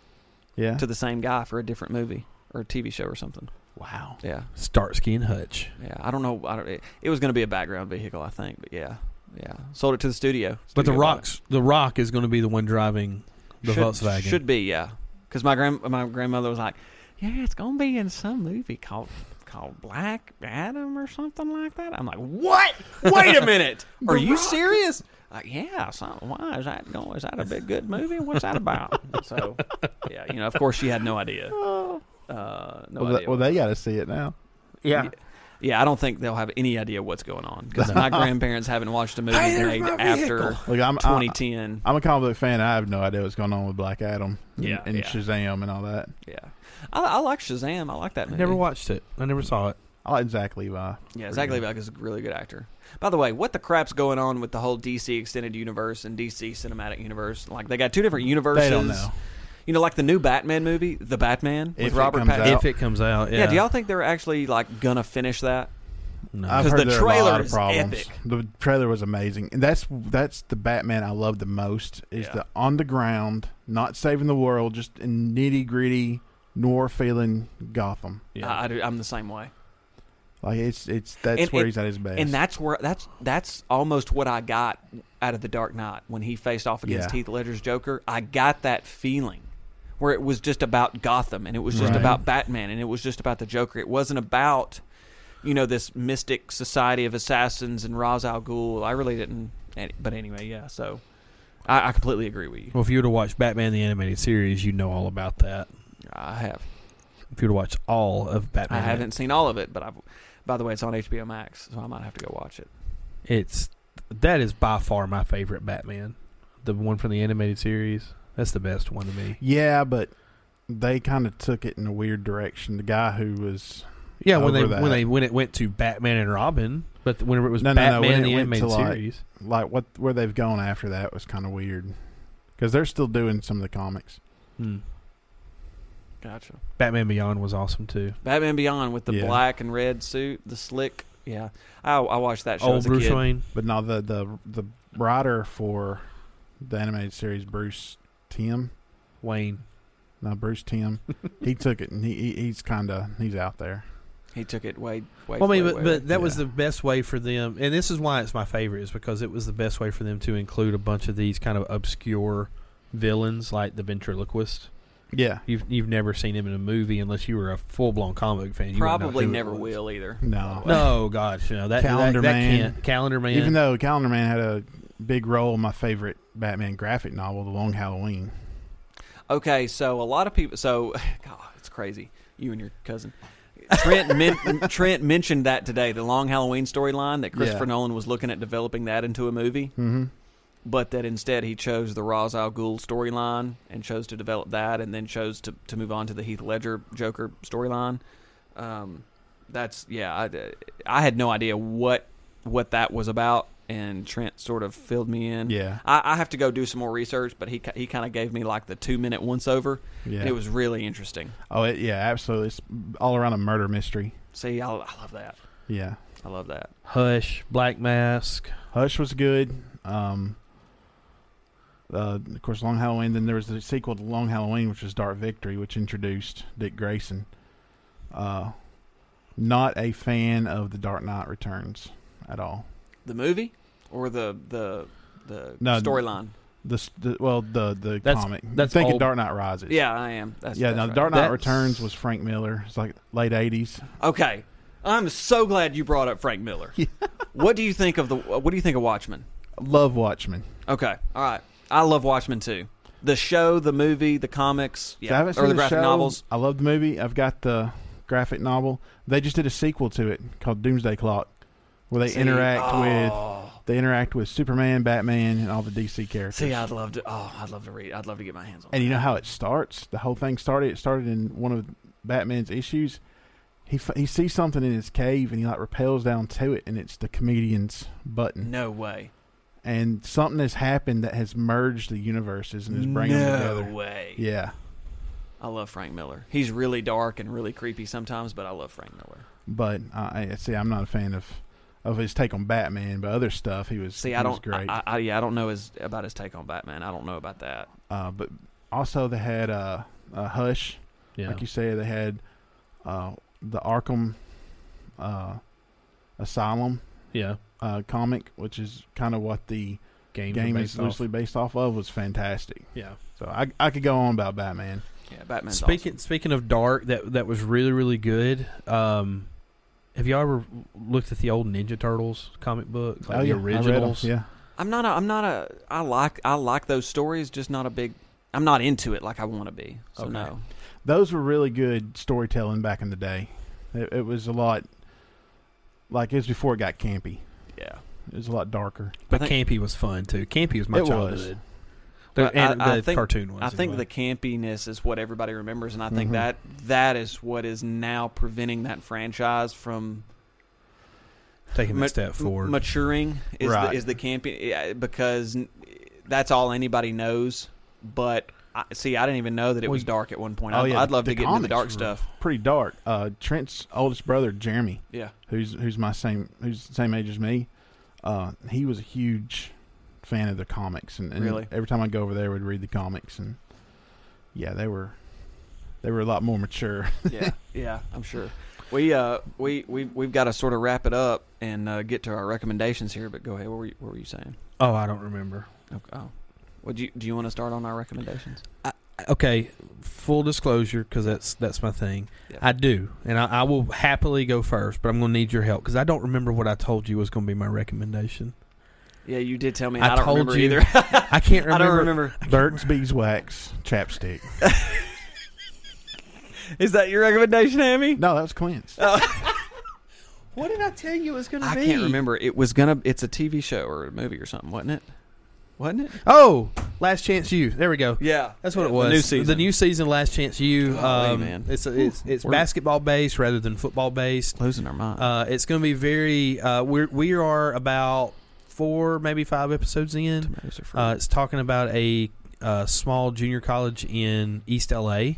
Speaker 3: Yeah.
Speaker 1: to the same guy for a different movie or a TV show or something.
Speaker 3: Wow.
Speaker 1: Yeah.
Speaker 2: Starsky and Hutch.
Speaker 1: Yeah, I don't know. I don't, it, it was going to be a background vehicle, I think, but yeah, yeah. Sold it to the studio.
Speaker 2: But
Speaker 1: Studio
Speaker 2: the
Speaker 1: bought
Speaker 2: rocks, the Rock is going to be the one driving
Speaker 1: it.
Speaker 2: the
Speaker 1: should,
Speaker 2: Volkswagen.
Speaker 1: should be, yeah. Because my grand my grandmother was like, "Yeah, it's going to be in some movie called called Black Adam or something like that." I'm like, "What? Wait a minute! Are you serious?" Like, yeah. So why is that going? Is that a big good movie? What's that about? so, yeah, you know, of course, she had no idea. Uh, no
Speaker 3: well, they,
Speaker 1: idea.
Speaker 3: well, they got to see it now.
Speaker 1: Yeah. Yeah, I don't think they'll have any idea what's going on because my grandparents haven't watched a movie
Speaker 2: Hey, there's
Speaker 1: made
Speaker 2: my
Speaker 1: after
Speaker 2: vehicle.
Speaker 3: Look, I'm I,
Speaker 1: 2010.
Speaker 3: I'm a comic book fan. I have no idea what's going on with Black Adam. and-
Speaker 1: Yeah,
Speaker 3: And
Speaker 1: yeah.
Speaker 3: Shazam and all that.
Speaker 1: yeah, I, I like Shazam. I like that
Speaker 2: I
Speaker 1: movie.
Speaker 2: never watched it. I never saw it.
Speaker 3: I like Zach Levi.
Speaker 1: Yeah, Zach Levi is a really good actor. By the way, what the crap's going on with the whole DC extended universe and DC cinematic universe? Like they got two different universes.
Speaker 3: They don't know.
Speaker 1: You know, like the new Batman movie, The Batman with
Speaker 3: If it
Speaker 1: Robert
Speaker 3: comes
Speaker 1: Pattinson.
Speaker 3: out.
Speaker 2: If it comes out, yeah.
Speaker 1: yeah. do y'all think they're actually like gonna finish that?
Speaker 2: No.
Speaker 3: I've
Speaker 1: 'Cause
Speaker 3: heard
Speaker 1: the
Speaker 3: there are a lot
Speaker 1: trailer
Speaker 3: of
Speaker 1: is
Speaker 3: problems.
Speaker 1: epic.
Speaker 3: The trailer was amazing. And that's that's the Batman I love the most is
Speaker 1: Yeah.
Speaker 3: the on the ground, not saving the world, just nitty gritty, noir feeling Gotham.
Speaker 2: Yeah.
Speaker 1: I, I do, I'm the same way.
Speaker 3: Like it's it's that's
Speaker 1: And
Speaker 3: where
Speaker 1: it-
Speaker 3: he's at his best.
Speaker 1: And that's where that's that's almost what I got out of the Dark Knight when he faced off against
Speaker 3: Yeah.
Speaker 1: Heath Ledger's Joker. I got that feeling where it was just about Gotham and it was just
Speaker 3: Right.
Speaker 1: about Batman and it was just about the Joker. It wasn't about you know this mystic society of assassins and Ra's al Ghul. I really didn't. any- But anyway, yeah. So I, I completely agree with you.
Speaker 2: well, if you were to watch Batman the animated series, you know all about that.
Speaker 1: I have.
Speaker 2: If you were to watch all of
Speaker 1: I
Speaker 2: Batman,
Speaker 1: haven't seen all of it, but I've. By the way, it's on HBO Max, so I might have to go watch it.
Speaker 2: It's that is by far my favorite Batman. The one from the animated series. That's the best one to me.
Speaker 3: yeah, but they kind of took it in a weird direction. The guy who was
Speaker 2: Yeah, when they
Speaker 3: Over that.
Speaker 2: when they when it went to Batman and Robin, but whenever it was
Speaker 3: No, no, no,
Speaker 2: Batman
Speaker 3: when
Speaker 2: and
Speaker 3: it
Speaker 2: the
Speaker 3: went
Speaker 2: animated
Speaker 3: to, like-
Speaker 2: series,
Speaker 3: like what where they've gone after that was kind of weird because they're still doing some of the comics.
Speaker 2: Hmm.
Speaker 1: Gotcha.
Speaker 2: Batman Beyond was awesome too.
Speaker 1: Batman Beyond with the
Speaker 3: Yeah.
Speaker 1: black and red suit, the slick. Yeah, I, I watched that show
Speaker 2: Old
Speaker 1: as a
Speaker 2: Oh, Bruce
Speaker 1: kid.
Speaker 2: Wayne.
Speaker 3: But no, the the the writer for the animated series, Bruce Tim,
Speaker 2: Wayne.
Speaker 3: no Bruce Tim, he took it and he, he he's kind of he's out there.
Speaker 1: He took it way, way.
Speaker 2: Well, I mean,
Speaker 1: way,
Speaker 2: but,
Speaker 1: way, way.
Speaker 2: but that was
Speaker 3: Yeah.
Speaker 2: the best way for them, and this is why it's my favorite, is because it was the best way for them to include a bunch of these kind of obscure villains, like the ventriloquist,
Speaker 3: Yeah.
Speaker 2: You've you've never seen him in a movie unless you were a full blown comic book fan. You wouldn't know
Speaker 1: Probably
Speaker 2: who it
Speaker 1: never
Speaker 2: was.
Speaker 1: will either.
Speaker 3: No.
Speaker 2: No, gosh, no that
Speaker 3: Calendar
Speaker 2: that, that
Speaker 3: Man.
Speaker 2: can't calendar man.
Speaker 3: Even though Calendar Man had a big role in my favorite Batman graphic novel, The Long Halloween.
Speaker 1: Okay, so a lot of people. So, God, it's crazy. You and your cousin. Trent men- Trent mentioned that today, the long Halloween storyline that Christopher
Speaker 3: Yeah.
Speaker 1: Nolan was looking at developing that into a movie,
Speaker 3: Mm-hmm.
Speaker 1: but that instead he chose the Ra's al Ghul storyline and chose to develop that, and then chose to, to move on to the Heath Ledger Joker storyline. Um, that's yeah, I, I had no idea what what that was about, and Trent sort of filled me in.
Speaker 3: Yeah.
Speaker 1: I, I have to go do some more research, but he ki- he kind of gave me like the two minute once over.
Speaker 3: Yeah.
Speaker 1: And it was really interesting.
Speaker 3: Oh, it, yeah, absolutely. It's all around a murder mystery.
Speaker 1: See, I, I love that.
Speaker 3: Yeah.
Speaker 1: I love that.
Speaker 2: Hush, Black Mask,
Speaker 3: Hush was good. Um, uh, of course, Long Halloween. Then there was the sequel to Long Halloween, which was Dark Victory, which introduced Dick Grayson. Uh, not a fan of the Dark Knight Returns at all.
Speaker 1: The movie or the the the
Speaker 3: No,
Speaker 1: storyline?
Speaker 3: The, s- the well, the the
Speaker 2: That's-
Speaker 3: comic.
Speaker 2: that's
Speaker 3: Think of
Speaker 2: old.
Speaker 3: Dark Knight Rises.
Speaker 1: Yeah, I am. That's,
Speaker 3: yeah.
Speaker 1: that's
Speaker 3: Now,
Speaker 1: right.
Speaker 3: Dark Knight
Speaker 2: That's-
Speaker 3: Returns was Frank Miller. It's like late eighties.
Speaker 1: Okay, I'm so glad you brought up Frank Miller. What do you think of the? What do you think of Watchmen?
Speaker 3: Love Watchmen.
Speaker 1: Okay, all right. I love Watchmen too. The show, the movie, the comics,
Speaker 3: So I
Speaker 1: yeah,
Speaker 3: haven't
Speaker 1: or
Speaker 3: seen
Speaker 1: the
Speaker 3: the,
Speaker 1: graphic
Speaker 3: show.
Speaker 1: novels.
Speaker 3: I love the movie. I've got the graphic novel. They just did a sequel to it called Doomsday Clock, where they
Speaker 1: See,
Speaker 3: interact
Speaker 1: oh.
Speaker 3: with they interact with Superman, Batman, and all the DC characters.
Speaker 1: See, I'd love to. Oh, I'd love to read. I'd love to get my hands on.
Speaker 3: and you know how it starts. The whole thing started. It started in one of Batman's issues. He f- he sees something in his cave, and he like repels down to it, and it's the comedian's button.
Speaker 1: No way.
Speaker 3: And something has happened that has merged the universes and is
Speaker 1: no
Speaker 3: bringing them together.
Speaker 1: way.
Speaker 3: Yeah.
Speaker 1: I love Frank Miller. He's really dark and really creepy sometimes, but I love Frank Miller.
Speaker 3: But uh, I see, I'm not a fan of of his take on Batman, but other stuff he was.
Speaker 1: See,
Speaker 3: he
Speaker 1: I
Speaker 3: Was
Speaker 1: don't.
Speaker 3: great.
Speaker 1: I, I, yeah, I don't know his about his take on Batman. I don't know about that.
Speaker 3: uh, but also they had uh, uh, Hush,
Speaker 2: yeah,
Speaker 3: like you say. They had uh, the Arkham uh, Asylum
Speaker 2: yeah,
Speaker 3: uh, comic, which is kind of what the
Speaker 2: game,
Speaker 3: game
Speaker 2: based
Speaker 3: is loosely based off of. Was fantastic.
Speaker 2: Off. Yeah,
Speaker 3: So I I could go on about Batman.
Speaker 1: Yeah, Batman's
Speaker 2: speaking speaking of dark, that that was really really good. Um, have y'all ever looked at the old Ninja Turtles comic book, like
Speaker 3: oh
Speaker 2: the
Speaker 3: yeah, I read 'em,
Speaker 2: originals?
Speaker 3: Yeah,
Speaker 1: awesome. I'm not. A, I'm not a. I like. I like those stories. Just not a big. I'm not into it like I want to be. So
Speaker 2: Okay.
Speaker 1: no.
Speaker 3: those were really good storytelling back in the day. It, it was a lot. Like it was before it got campy.
Speaker 1: Yeah.
Speaker 3: It was a lot darker.
Speaker 2: But
Speaker 1: I think-
Speaker 2: Campy was fun too. Campy was my
Speaker 3: It was.
Speaker 2: childhood.
Speaker 1: Well,
Speaker 2: The, and
Speaker 1: I- I
Speaker 2: the
Speaker 1: think-
Speaker 2: cartoon ones.
Speaker 1: I think
Speaker 2: anyway.
Speaker 1: the campiness is what everybody remembers, and I think
Speaker 3: Mhm.
Speaker 1: that that is what is now preventing that franchise from
Speaker 2: taking
Speaker 1: ma-
Speaker 2: that step forward.
Speaker 1: maturing is
Speaker 3: Right.
Speaker 1: the, is the campy yeah, because n- that's all anybody knows. But I, see, I didn't even know that it
Speaker 3: Well,
Speaker 1: was
Speaker 3: you-
Speaker 1: dark at one point.
Speaker 3: Oh,
Speaker 1: I'd,
Speaker 3: yeah,
Speaker 1: I'd love
Speaker 3: the
Speaker 1: to get into the
Speaker 3: comics
Speaker 1: dark
Speaker 3: were-
Speaker 1: stuff.
Speaker 3: pretty dark. Uh, Trent's oldest brother, Jeremy,
Speaker 1: Yeah,
Speaker 3: who's who's my same who's the same age as me, uh, he was a huge fan of the comics, and, and
Speaker 1: Really?
Speaker 3: every time I go over there, would read the comics, and yeah, they were they were a lot more mature.
Speaker 1: yeah, yeah. I'm sure. We uh we we we've got to sort of wrap it up and uh, get to our recommendations here. But go ahead. What were you, what were you saying?
Speaker 2: oh, I don't remember.
Speaker 1: Okay. Oh. Well, do you, do you want to start on our recommendations?
Speaker 2: Okay, full disclosure, because that's that's my thing.
Speaker 1: Yeah.
Speaker 2: I do, and I, I will happily go first, but I'm going to need your help because I don't remember what I told you was going to be my recommendation.
Speaker 1: Yeah, you did tell me.
Speaker 2: I
Speaker 1: I, don't
Speaker 2: told
Speaker 1: remember
Speaker 2: you.
Speaker 1: either.
Speaker 2: I can't remember.
Speaker 1: I don't remember.
Speaker 3: Burt's beeswax chapstick.
Speaker 1: Is that your recommendation, Amy?
Speaker 3: No, that was Clint's.
Speaker 1: Oh.
Speaker 2: What did I tell you it was going
Speaker 1: I can't remember. It was gonna. It's a TV show or a movie or something, wasn't it? Wasn't it?
Speaker 2: Oh, last chance you. There we go.
Speaker 1: Yeah,
Speaker 2: That's what it
Speaker 1: The
Speaker 2: was.
Speaker 1: new season.
Speaker 2: The new season, Last Chance U.
Speaker 1: Golly,
Speaker 2: um,
Speaker 1: man.
Speaker 2: It's it's, it's
Speaker 1: We're-
Speaker 2: basketball based rather than football based.
Speaker 1: losing our mind.
Speaker 2: Uh, it's going to be very. Uh, we're we are about four, maybe five episodes in.
Speaker 1: Tomatoes are free.
Speaker 2: Uh, it's talking about a uh, small junior college in East LA.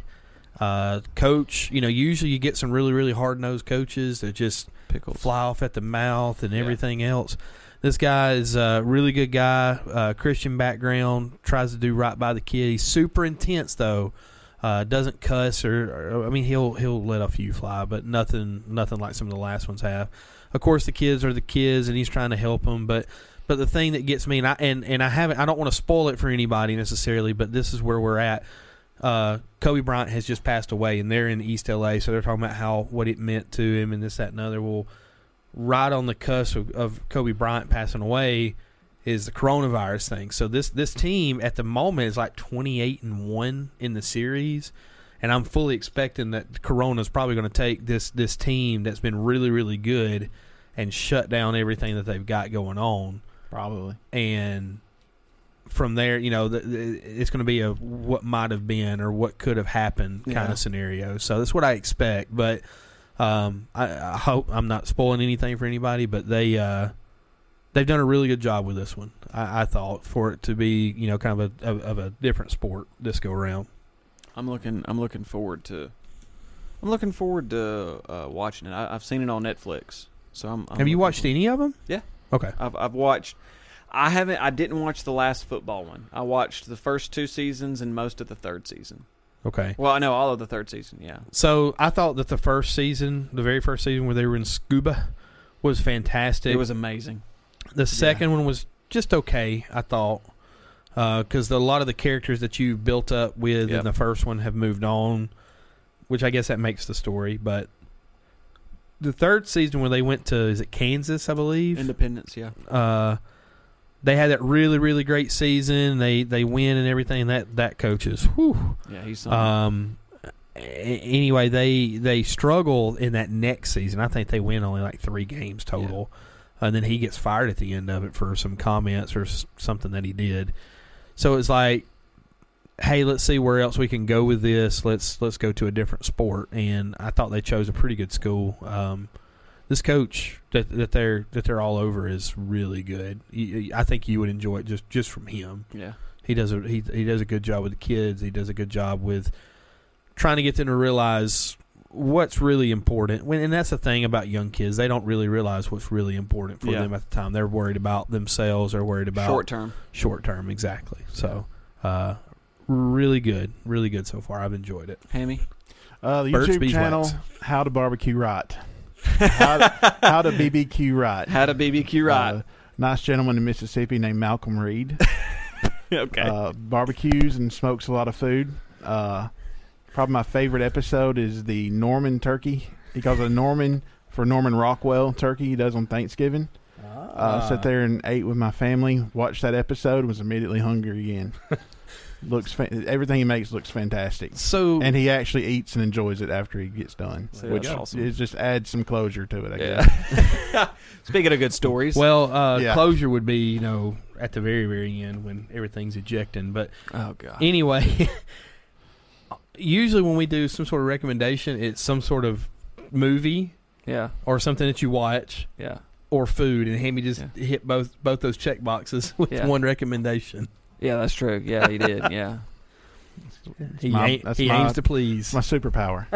Speaker 2: Uh, coach, you know, usually you get some really really hard nosed coaches that just
Speaker 1: Pickles.
Speaker 2: fly off at the mouth and
Speaker 1: Yeah.
Speaker 2: everything else. This guy is a really good guy, uh, Christian background, tries to do right by the kid. He's super intense though. Uh, doesn't cuss or, or I mean he'll he'll let a few fly, but nothing nothing like some of the last ones have. Of course, the kids are the kids, and he's trying to help them. But but the thing that gets me, and I and, and I haven't I don't want to spoil it for anybody necessarily, but this is where we're at. uh, Kobe Bryant has just passed away, and they're in East LA, so they're talking about how what it meant to him and this, that, and other. Well, right on the cusp of, of Kobe Bryant passing away is the coronavirus thing. So this this team at the moment is like twenty eight and one in the series, and I'm fully expecting that Corona is probably going to take this this team that's been really really good and shut down everything that they've got going on
Speaker 3: Probably.
Speaker 2: and from there, you know, the, the, it's going to be a what might have been or what could have happened kind
Speaker 1: Yeah.
Speaker 2: of scenario. So that's what I expect. But um, I, I hope I'm not spoiling anything for anybody. But they uh, they've done a really good job with this one. I, I thought for it to be you know kind of a of, of a different sport this go around.
Speaker 1: I'm looking. I'm looking forward to. I'm looking forward to uh, watching it. I, I've seen it on Netflix, so I'm. I'm
Speaker 2: have you
Speaker 1: looking
Speaker 2: watched
Speaker 1: for-
Speaker 2: any of them?
Speaker 1: Yeah.
Speaker 2: Okay.
Speaker 1: I've I've watched. I haven't. I didn't watch the last football one. I watched the first two seasons and most of the third season.
Speaker 2: Okay.
Speaker 1: Well, I know all of the third season. Yeah.
Speaker 2: So I thought that the first season, the very first season where they were in scuba, was fantastic.
Speaker 1: It was amazing.
Speaker 2: The second one was just okay, I thought, because a lot of the characters that you built up with
Speaker 1: Yep.
Speaker 2: in the first one have moved on, which I guess that makes the story. But the third season, where they went to is it Kansas, I believe,
Speaker 1: Independence. Yeah.
Speaker 2: uh, they had that really really great season. They they win and everything. That that coaches, whew.
Speaker 1: Yeah. He's. something.
Speaker 2: Um, a- anyway, they they struggle in that next season. I think they win only like three games total, and then he gets fired at the end of it for some comments or s- something that he did. So it's like, hey, let's see where else we can go with this. Let's let's go to a different sport. And I thought they chose a pretty good school. Um, this coach that, that they're that they're all over is really good. You- I think you would enjoy it just just from him
Speaker 1: yeah.
Speaker 2: he does a he he does a good job with the kids. He does a good job with trying to get them to realize what's really important. When and that's the thing about young kids, they don't really realize what's really important for
Speaker 1: Yeah.
Speaker 2: them at the time. They're worried about themselves. They're worried about
Speaker 1: Short term.
Speaker 2: short term. Exactly. So, uh, really good, really good so far. I've enjoyed it.
Speaker 1: Hammy.
Speaker 3: Uh, the
Speaker 2: Birch
Speaker 3: YouTube
Speaker 2: beeswax.
Speaker 3: channel, How to Barbecue Right. how, how to BBQ Right.
Speaker 1: Had a BBQ right.
Speaker 3: Uh, nice gentleman in Mississippi named Malcolm Reed.
Speaker 1: okay.
Speaker 3: uh, barbecues and smokes a lot of food. Uh, probably my favorite episode is the Norman turkey. He calls it a Norman for Norman Rockwell turkey he does on Thanksgiving.
Speaker 1: Ah.
Speaker 3: Uh, Sat there and ate with my family. Watched that episode. Was immediately hungry again. looks fa- everything he makes looks fantastic,
Speaker 2: So
Speaker 3: and he actually eats and enjoys it after he gets done,
Speaker 1: See,
Speaker 3: which
Speaker 1: that's awesome.
Speaker 3: it just adds some closure to it. I guess.
Speaker 1: Yeah. Speaking of good stories.
Speaker 2: well, uh,
Speaker 3: Yeah.
Speaker 2: closure would be you know at the very very end when everything's ejecting, but.
Speaker 1: oh god.
Speaker 2: anyway, usually when we do some sort of recommendation, it's some sort of movie
Speaker 1: yeah.
Speaker 2: or something that you watch
Speaker 1: Yeah.
Speaker 2: or food, and Hammy just hit both both those check boxes with
Speaker 1: Yeah.
Speaker 2: one recommendation.
Speaker 1: Yeah. That's true. Yeah. He did. Yeah.
Speaker 2: He,
Speaker 3: my-
Speaker 2: aim-
Speaker 3: that's
Speaker 2: he
Speaker 3: my-
Speaker 2: aims to please.
Speaker 3: My superpower.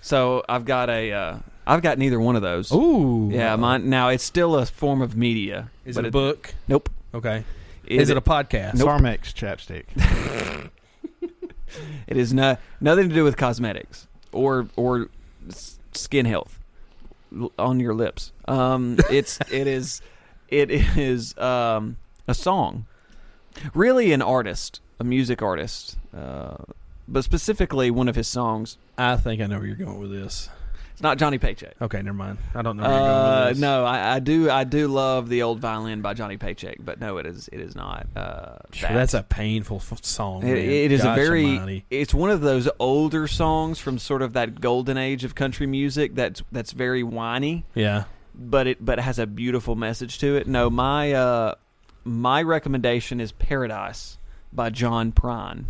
Speaker 1: So I've got a. Uh, I've got neither one of those.
Speaker 2: Ooh,
Speaker 1: Yeah, mine. Now it's still a form of media.
Speaker 2: Is
Speaker 1: but
Speaker 2: it a book?
Speaker 1: Nope.
Speaker 2: Okay.
Speaker 1: It,
Speaker 2: is it, a podcast?
Speaker 1: Nope.
Speaker 3: Sarmex chapstick.
Speaker 1: It is no, nothing to do with cosmetics or or s- skin health l- on your lips. Um, it's it is it is um, a song, really an artist, a music artist, uh, but specifically one of his songs.
Speaker 2: I think I know where you're going with this.
Speaker 1: It's not Johnny Paycheck.
Speaker 2: Okay, never mind. I don't know where you're going
Speaker 1: Uh,
Speaker 2: with this.
Speaker 1: no, I, I do I do love the old violin by Johnny Paycheck, but no, it is it is not. Uh,
Speaker 2: Sure,
Speaker 1: that.
Speaker 2: that's a painful f- song.
Speaker 1: It,
Speaker 2: man.
Speaker 1: it is
Speaker 2: Gosh
Speaker 1: a very.
Speaker 2: almighty.
Speaker 1: It's one of those older songs from sort of that golden age of country music. That's that's very whiny,
Speaker 2: yeah.
Speaker 1: but it but it has a beautiful message to it. No, my uh, my recommendation is Paradise by John Prine.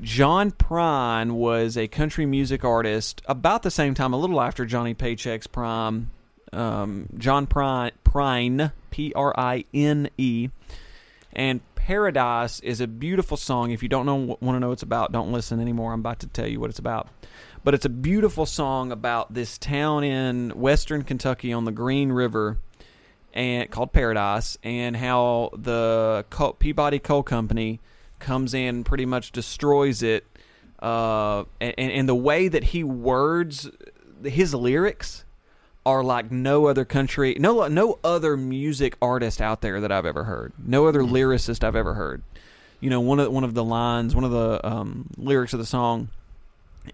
Speaker 1: John Prine was a country music artist about the same time, a little after Johnny Paycheck's prime. Um, John Prine, Prine, P R I N E, and Paradise is a beautiful song. If you don't know want to know what it's about, don't listen anymore. I'm about to tell you what it's about. But it's a beautiful song about this town in western Kentucky on the Green River and called Paradise and how the coal, Peabody Coal Company comes in and pretty much destroys it uh, and, and the way that he words his lyrics are like no other country, no no other music artist out there that I've ever heard, no other lyricist I've ever heard. you know one of one of the lines, one of the um, lyrics of the song,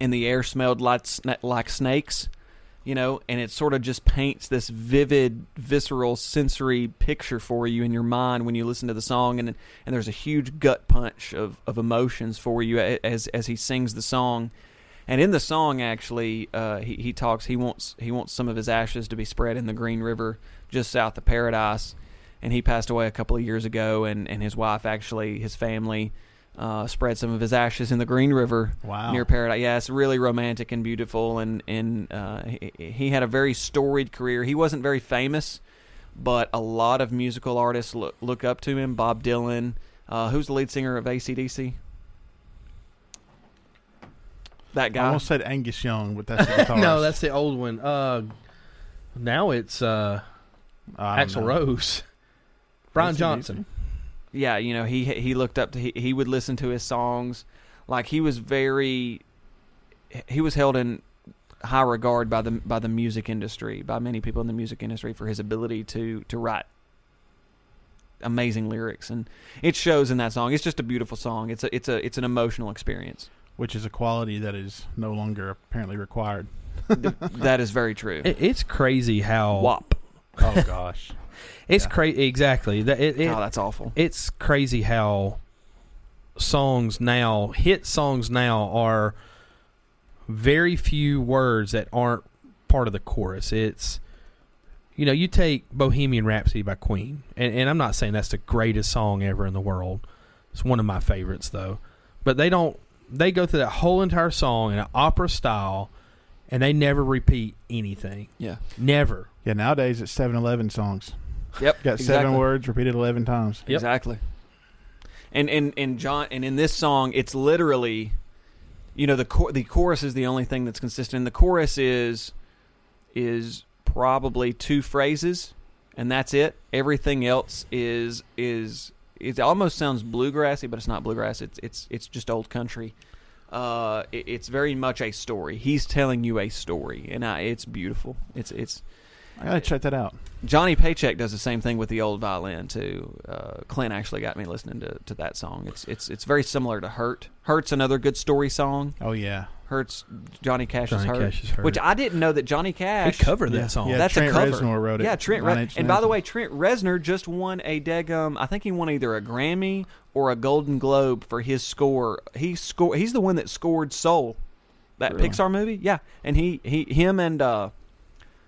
Speaker 1: and the air smelled like sna- like snakes, you know, and it sort of just paints this vivid, visceral, sensory picture for you in your mind when you listen to the song, and and there's a huge gut punch of of emotions for you a- as as he sings the song. And in the song, actually, uh, he, he talks. He wants he wants some of his ashes to be spread in the Green River, just south of Paradise. And he passed away a couple of years ago. And, and his wife, actually, his family, uh, spread some of his ashes in the Green River
Speaker 3: Wow.
Speaker 1: near Paradise. Yeah, it's really romantic and beautiful. And and uh, he, he had a very storied career. He wasn't very famous, but a lot of musical artists look, look up to him. Bob Dylan, uh, who's the lead singer of ACDC? That
Speaker 3: I
Speaker 1: guy.
Speaker 3: almost said Angus Young, but that's the guitarist.
Speaker 2: No, that's the old one. Uh, now it's uh,
Speaker 3: I don't
Speaker 2: Axel
Speaker 3: know.
Speaker 2: Rose, Brian
Speaker 3: That's an
Speaker 2: Johnson.
Speaker 1: yeah, you know, he he looked up to he, he would listen to his songs. Like he was very he was held in high regard by the by the music industry, by many people in the music industry for his ability to to write amazing lyrics and it shows in that song. It's just a beautiful song. It's a it's a it's an emotional experience.
Speaker 3: Which is a quality that is no longer apparently required.
Speaker 1: Th- that is very true.
Speaker 2: It, it's crazy how
Speaker 1: WAP.
Speaker 3: Oh gosh.
Speaker 2: it's
Speaker 3: Yeah.
Speaker 2: crazy. Exactly. That it, it,
Speaker 1: oh, that's awful.
Speaker 2: it's crazy how songs now hit songs now are very few words that aren't part of the chorus it's you know you take bohemian rhapsody by queen and, and i'm not saying that's the greatest song ever in the world it's one of my favorites though but they don't they go through that whole entire song in an opera style and they never repeat anything
Speaker 1: Yeah.
Speaker 2: never
Speaker 3: Yeah, nowadays it's 7-Eleven songs.
Speaker 1: Yep.
Speaker 3: Got seven
Speaker 1: exactly.
Speaker 3: words repeated eleven times.
Speaker 2: Yep.
Speaker 1: Exactly. And and and John and in this song, it's literally, you know, the chor- the chorus is the only thing that's consistent. And the chorus is is probably two phrases, and that's it. Everything else is is it almost sounds bluegrassy, but it's not bluegrass. It's it's it's just old country. Uh, it, it's very much a story. He's telling you a story, and I, it's beautiful. It's it's
Speaker 3: I gotta check that out.
Speaker 1: Johnny Paycheck does the same thing with the old violin too. Uh, Clint actually got me listening to, to that song. It's it's it's very similar to Hurt. Hurt's another good story song.
Speaker 3: Oh yeah.
Speaker 1: Hurt's Johnny Cash's
Speaker 2: Johnny
Speaker 1: Hurt,
Speaker 2: Cash is Hurt.
Speaker 1: which I didn't know that Johnny Cash
Speaker 2: they cover that
Speaker 3: Yeah.
Speaker 2: song
Speaker 3: Yeah,
Speaker 1: That's
Speaker 3: Trent
Speaker 1: a cover.
Speaker 3: Reznor wrote it.
Speaker 1: Yeah, Trent.
Speaker 3: Nine
Speaker 1: Re-
Speaker 3: Inch
Speaker 1: and by the
Speaker 3: Nails.
Speaker 1: way, Trent Reznor just won a degum. I think he won either a Grammy or a Golden Globe for his score. He score. He's the one that scored Soul, that
Speaker 3: Really?
Speaker 1: Pixar movie. Yeah, and he he him and uh,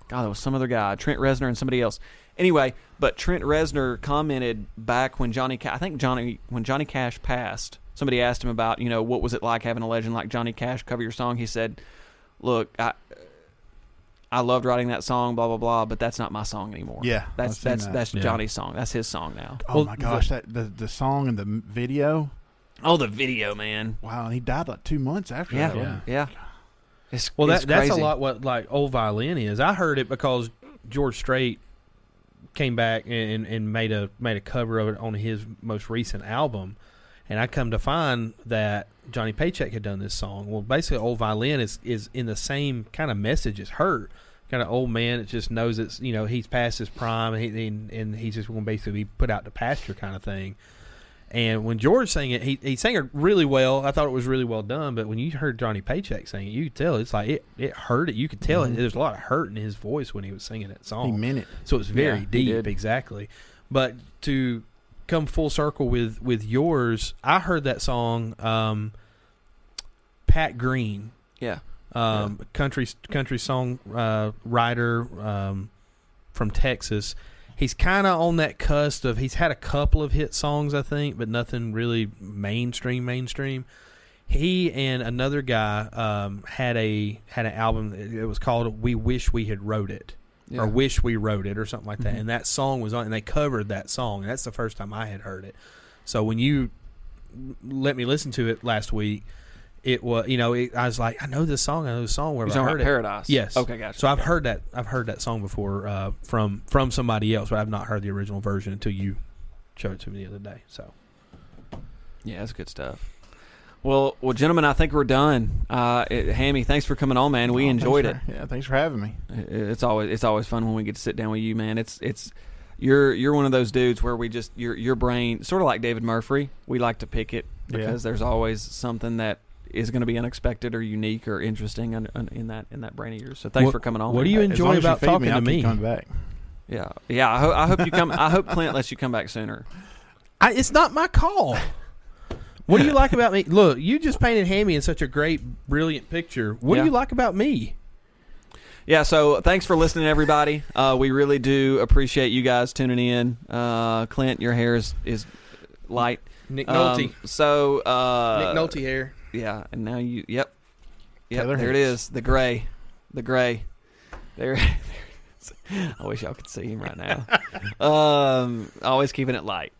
Speaker 1: God, there was some other guy, Trent Reznor and somebody else. Anyway, but Trent Reznor commented back when Johnny, Ca- I think Johnny, when Johnny Cash passed, somebody asked him about, you know, what was it like having a legend like Johnny Cash cover your song. He said, "Look, I, I loved writing that song, blah blah blah, but that's not my song anymore.
Speaker 3: Yeah, I've
Speaker 1: that's
Speaker 3: seen
Speaker 1: that's
Speaker 3: that.
Speaker 1: that's
Speaker 2: Yeah.
Speaker 1: Johnny's song. That's his song now.
Speaker 3: Oh
Speaker 2: Well,
Speaker 3: my gosh, that the the song and the m- video.
Speaker 1: Oh, the video, man.
Speaker 3: Wow, and he died like two months after
Speaker 1: Yeah,
Speaker 3: that.
Speaker 1: yeah.
Speaker 3: wasn't
Speaker 2: yeah.
Speaker 3: he?
Speaker 1: It's,
Speaker 2: Well, that,
Speaker 1: it's
Speaker 2: that's a
Speaker 1: crazy.
Speaker 2: lot what like old violin is. I heard it because George Strait came back and, and made a made a cover of it on his most recent album, and I come to find that Johnny Paycheck had done this song. Well, basically, old violin is is in the same kind of message as her. Kind of old man that just knows it's you know he's past his prime and, he, and, and he's just going to basically be put out to pasture kind of thing. And when George sang it, he, he sang it really well. I thought it was really well done. But when you heard Johnny Paycheck sing it, you could tell it's like it, it hurt it. You could tell it, there's a lot of hurt in his voice when he was singing that
Speaker 3: He
Speaker 2: song.
Speaker 3: meant it.
Speaker 2: So it's very
Speaker 1: Yeah, he
Speaker 2: deep,
Speaker 1: did.
Speaker 2: exactly. But to come full circle with with yours, I heard that song, um, Pat Green,
Speaker 1: Yeah,
Speaker 2: um, country country song uh, writer um, from Texas. He's kind of on that cusp of he's had a couple of hit songs, I think, but nothing really mainstream mainstream. He and another guy um, had a had an album. It it was called "We Wish We Had Wrote It."
Speaker 1: yeah.
Speaker 2: or wish we wrote it or something like that
Speaker 1: Mhm.
Speaker 2: and that song was on and they covered that song and that's the first time i had heard it so when you let me listen to it last week it was you know it, i was like i know this song i know this song where
Speaker 1: You're
Speaker 2: have
Speaker 1: talking
Speaker 2: i
Speaker 1: about
Speaker 2: heard it
Speaker 1: Paradise.
Speaker 2: yes
Speaker 1: Okay, gotcha.
Speaker 2: so i've
Speaker 1: Yeah.
Speaker 2: heard that i've heard that song before uh, from from somebody else but i've not heard the original version until you showed it to me the other day so
Speaker 1: Yeah, that's good stuff. Well, well, gentlemen, I think we're done. Uh, it- Hammy, thanks for coming on, man. We
Speaker 3: Oh,
Speaker 1: enjoyed it.
Speaker 3: thanks for- Yeah, thanks for having me.
Speaker 1: It's always it's always fun when we get to sit down with you, man. It's it's You're you're one of those dudes where we just your your brain sort of like David Murphy. We like to pick it
Speaker 3: Yeah.
Speaker 1: because there's always something that is going to be unexpected or unique or interesting in, in, in that in that brain of yours. So thanks
Speaker 2: What-
Speaker 1: for coming on.
Speaker 2: what do
Speaker 1: man.
Speaker 2: you
Speaker 3: As
Speaker 2: enjoy
Speaker 3: long as you
Speaker 2: about
Speaker 3: feed
Speaker 2: talking
Speaker 3: me,
Speaker 2: to
Speaker 3: I'll keep
Speaker 2: me?
Speaker 3: coming back.
Speaker 1: Yeah, yeah. I, ho- I hope you come. I hope Clint lets you come back sooner.
Speaker 2: I, it's not my call. what do you like about me? Look, you just painted Hammy in such a great, brilliant picture. What
Speaker 1: Yeah.
Speaker 2: do you like about me?
Speaker 1: Yeah, so thanks for listening, everybody. Uh, we really do appreciate you guys tuning in. Uh, Clint, your hair is, is light.
Speaker 2: Nick
Speaker 1: Um,
Speaker 2: Nolte.
Speaker 1: so uh,
Speaker 2: Nick Nolte hair.
Speaker 1: Yeah, and now you. Yep. Yep.
Speaker 3: Feather
Speaker 1: there it
Speaker 3: hurts.
Speaker 1: is. The gray. The gray. There. there it is. I wish y'all could see him right now. um, always keeping it light.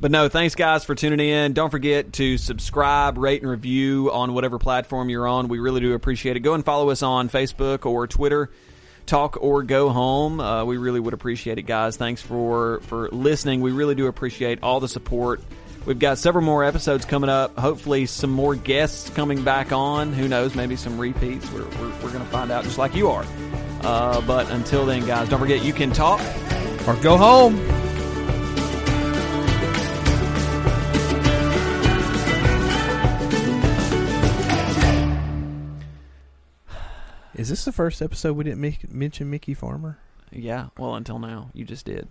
Speaker 1: But no, thanks guys for tuning in. Don't forget to subscribe, rate, and review on whatever platform you're on. We really do appreciate it. Go and follow us on Facebook or Twitter. Talk or go home. Uh, we really would appreciate it, guys. Thanks for for listening. We really do appreciate all the support. We've got several more episodes coming up. Hopefully, some more guests coming back on. Who knows? Maybe some repeats. We're, we're, we're going to find out just like you are. Uh, but until then, guys, don't forget you can talk.
Speaker 2: Or go home. Is this the first episode we didn't make, mention Mickey Farmer?
Speaker 1: Yeah, well, until now, you just did.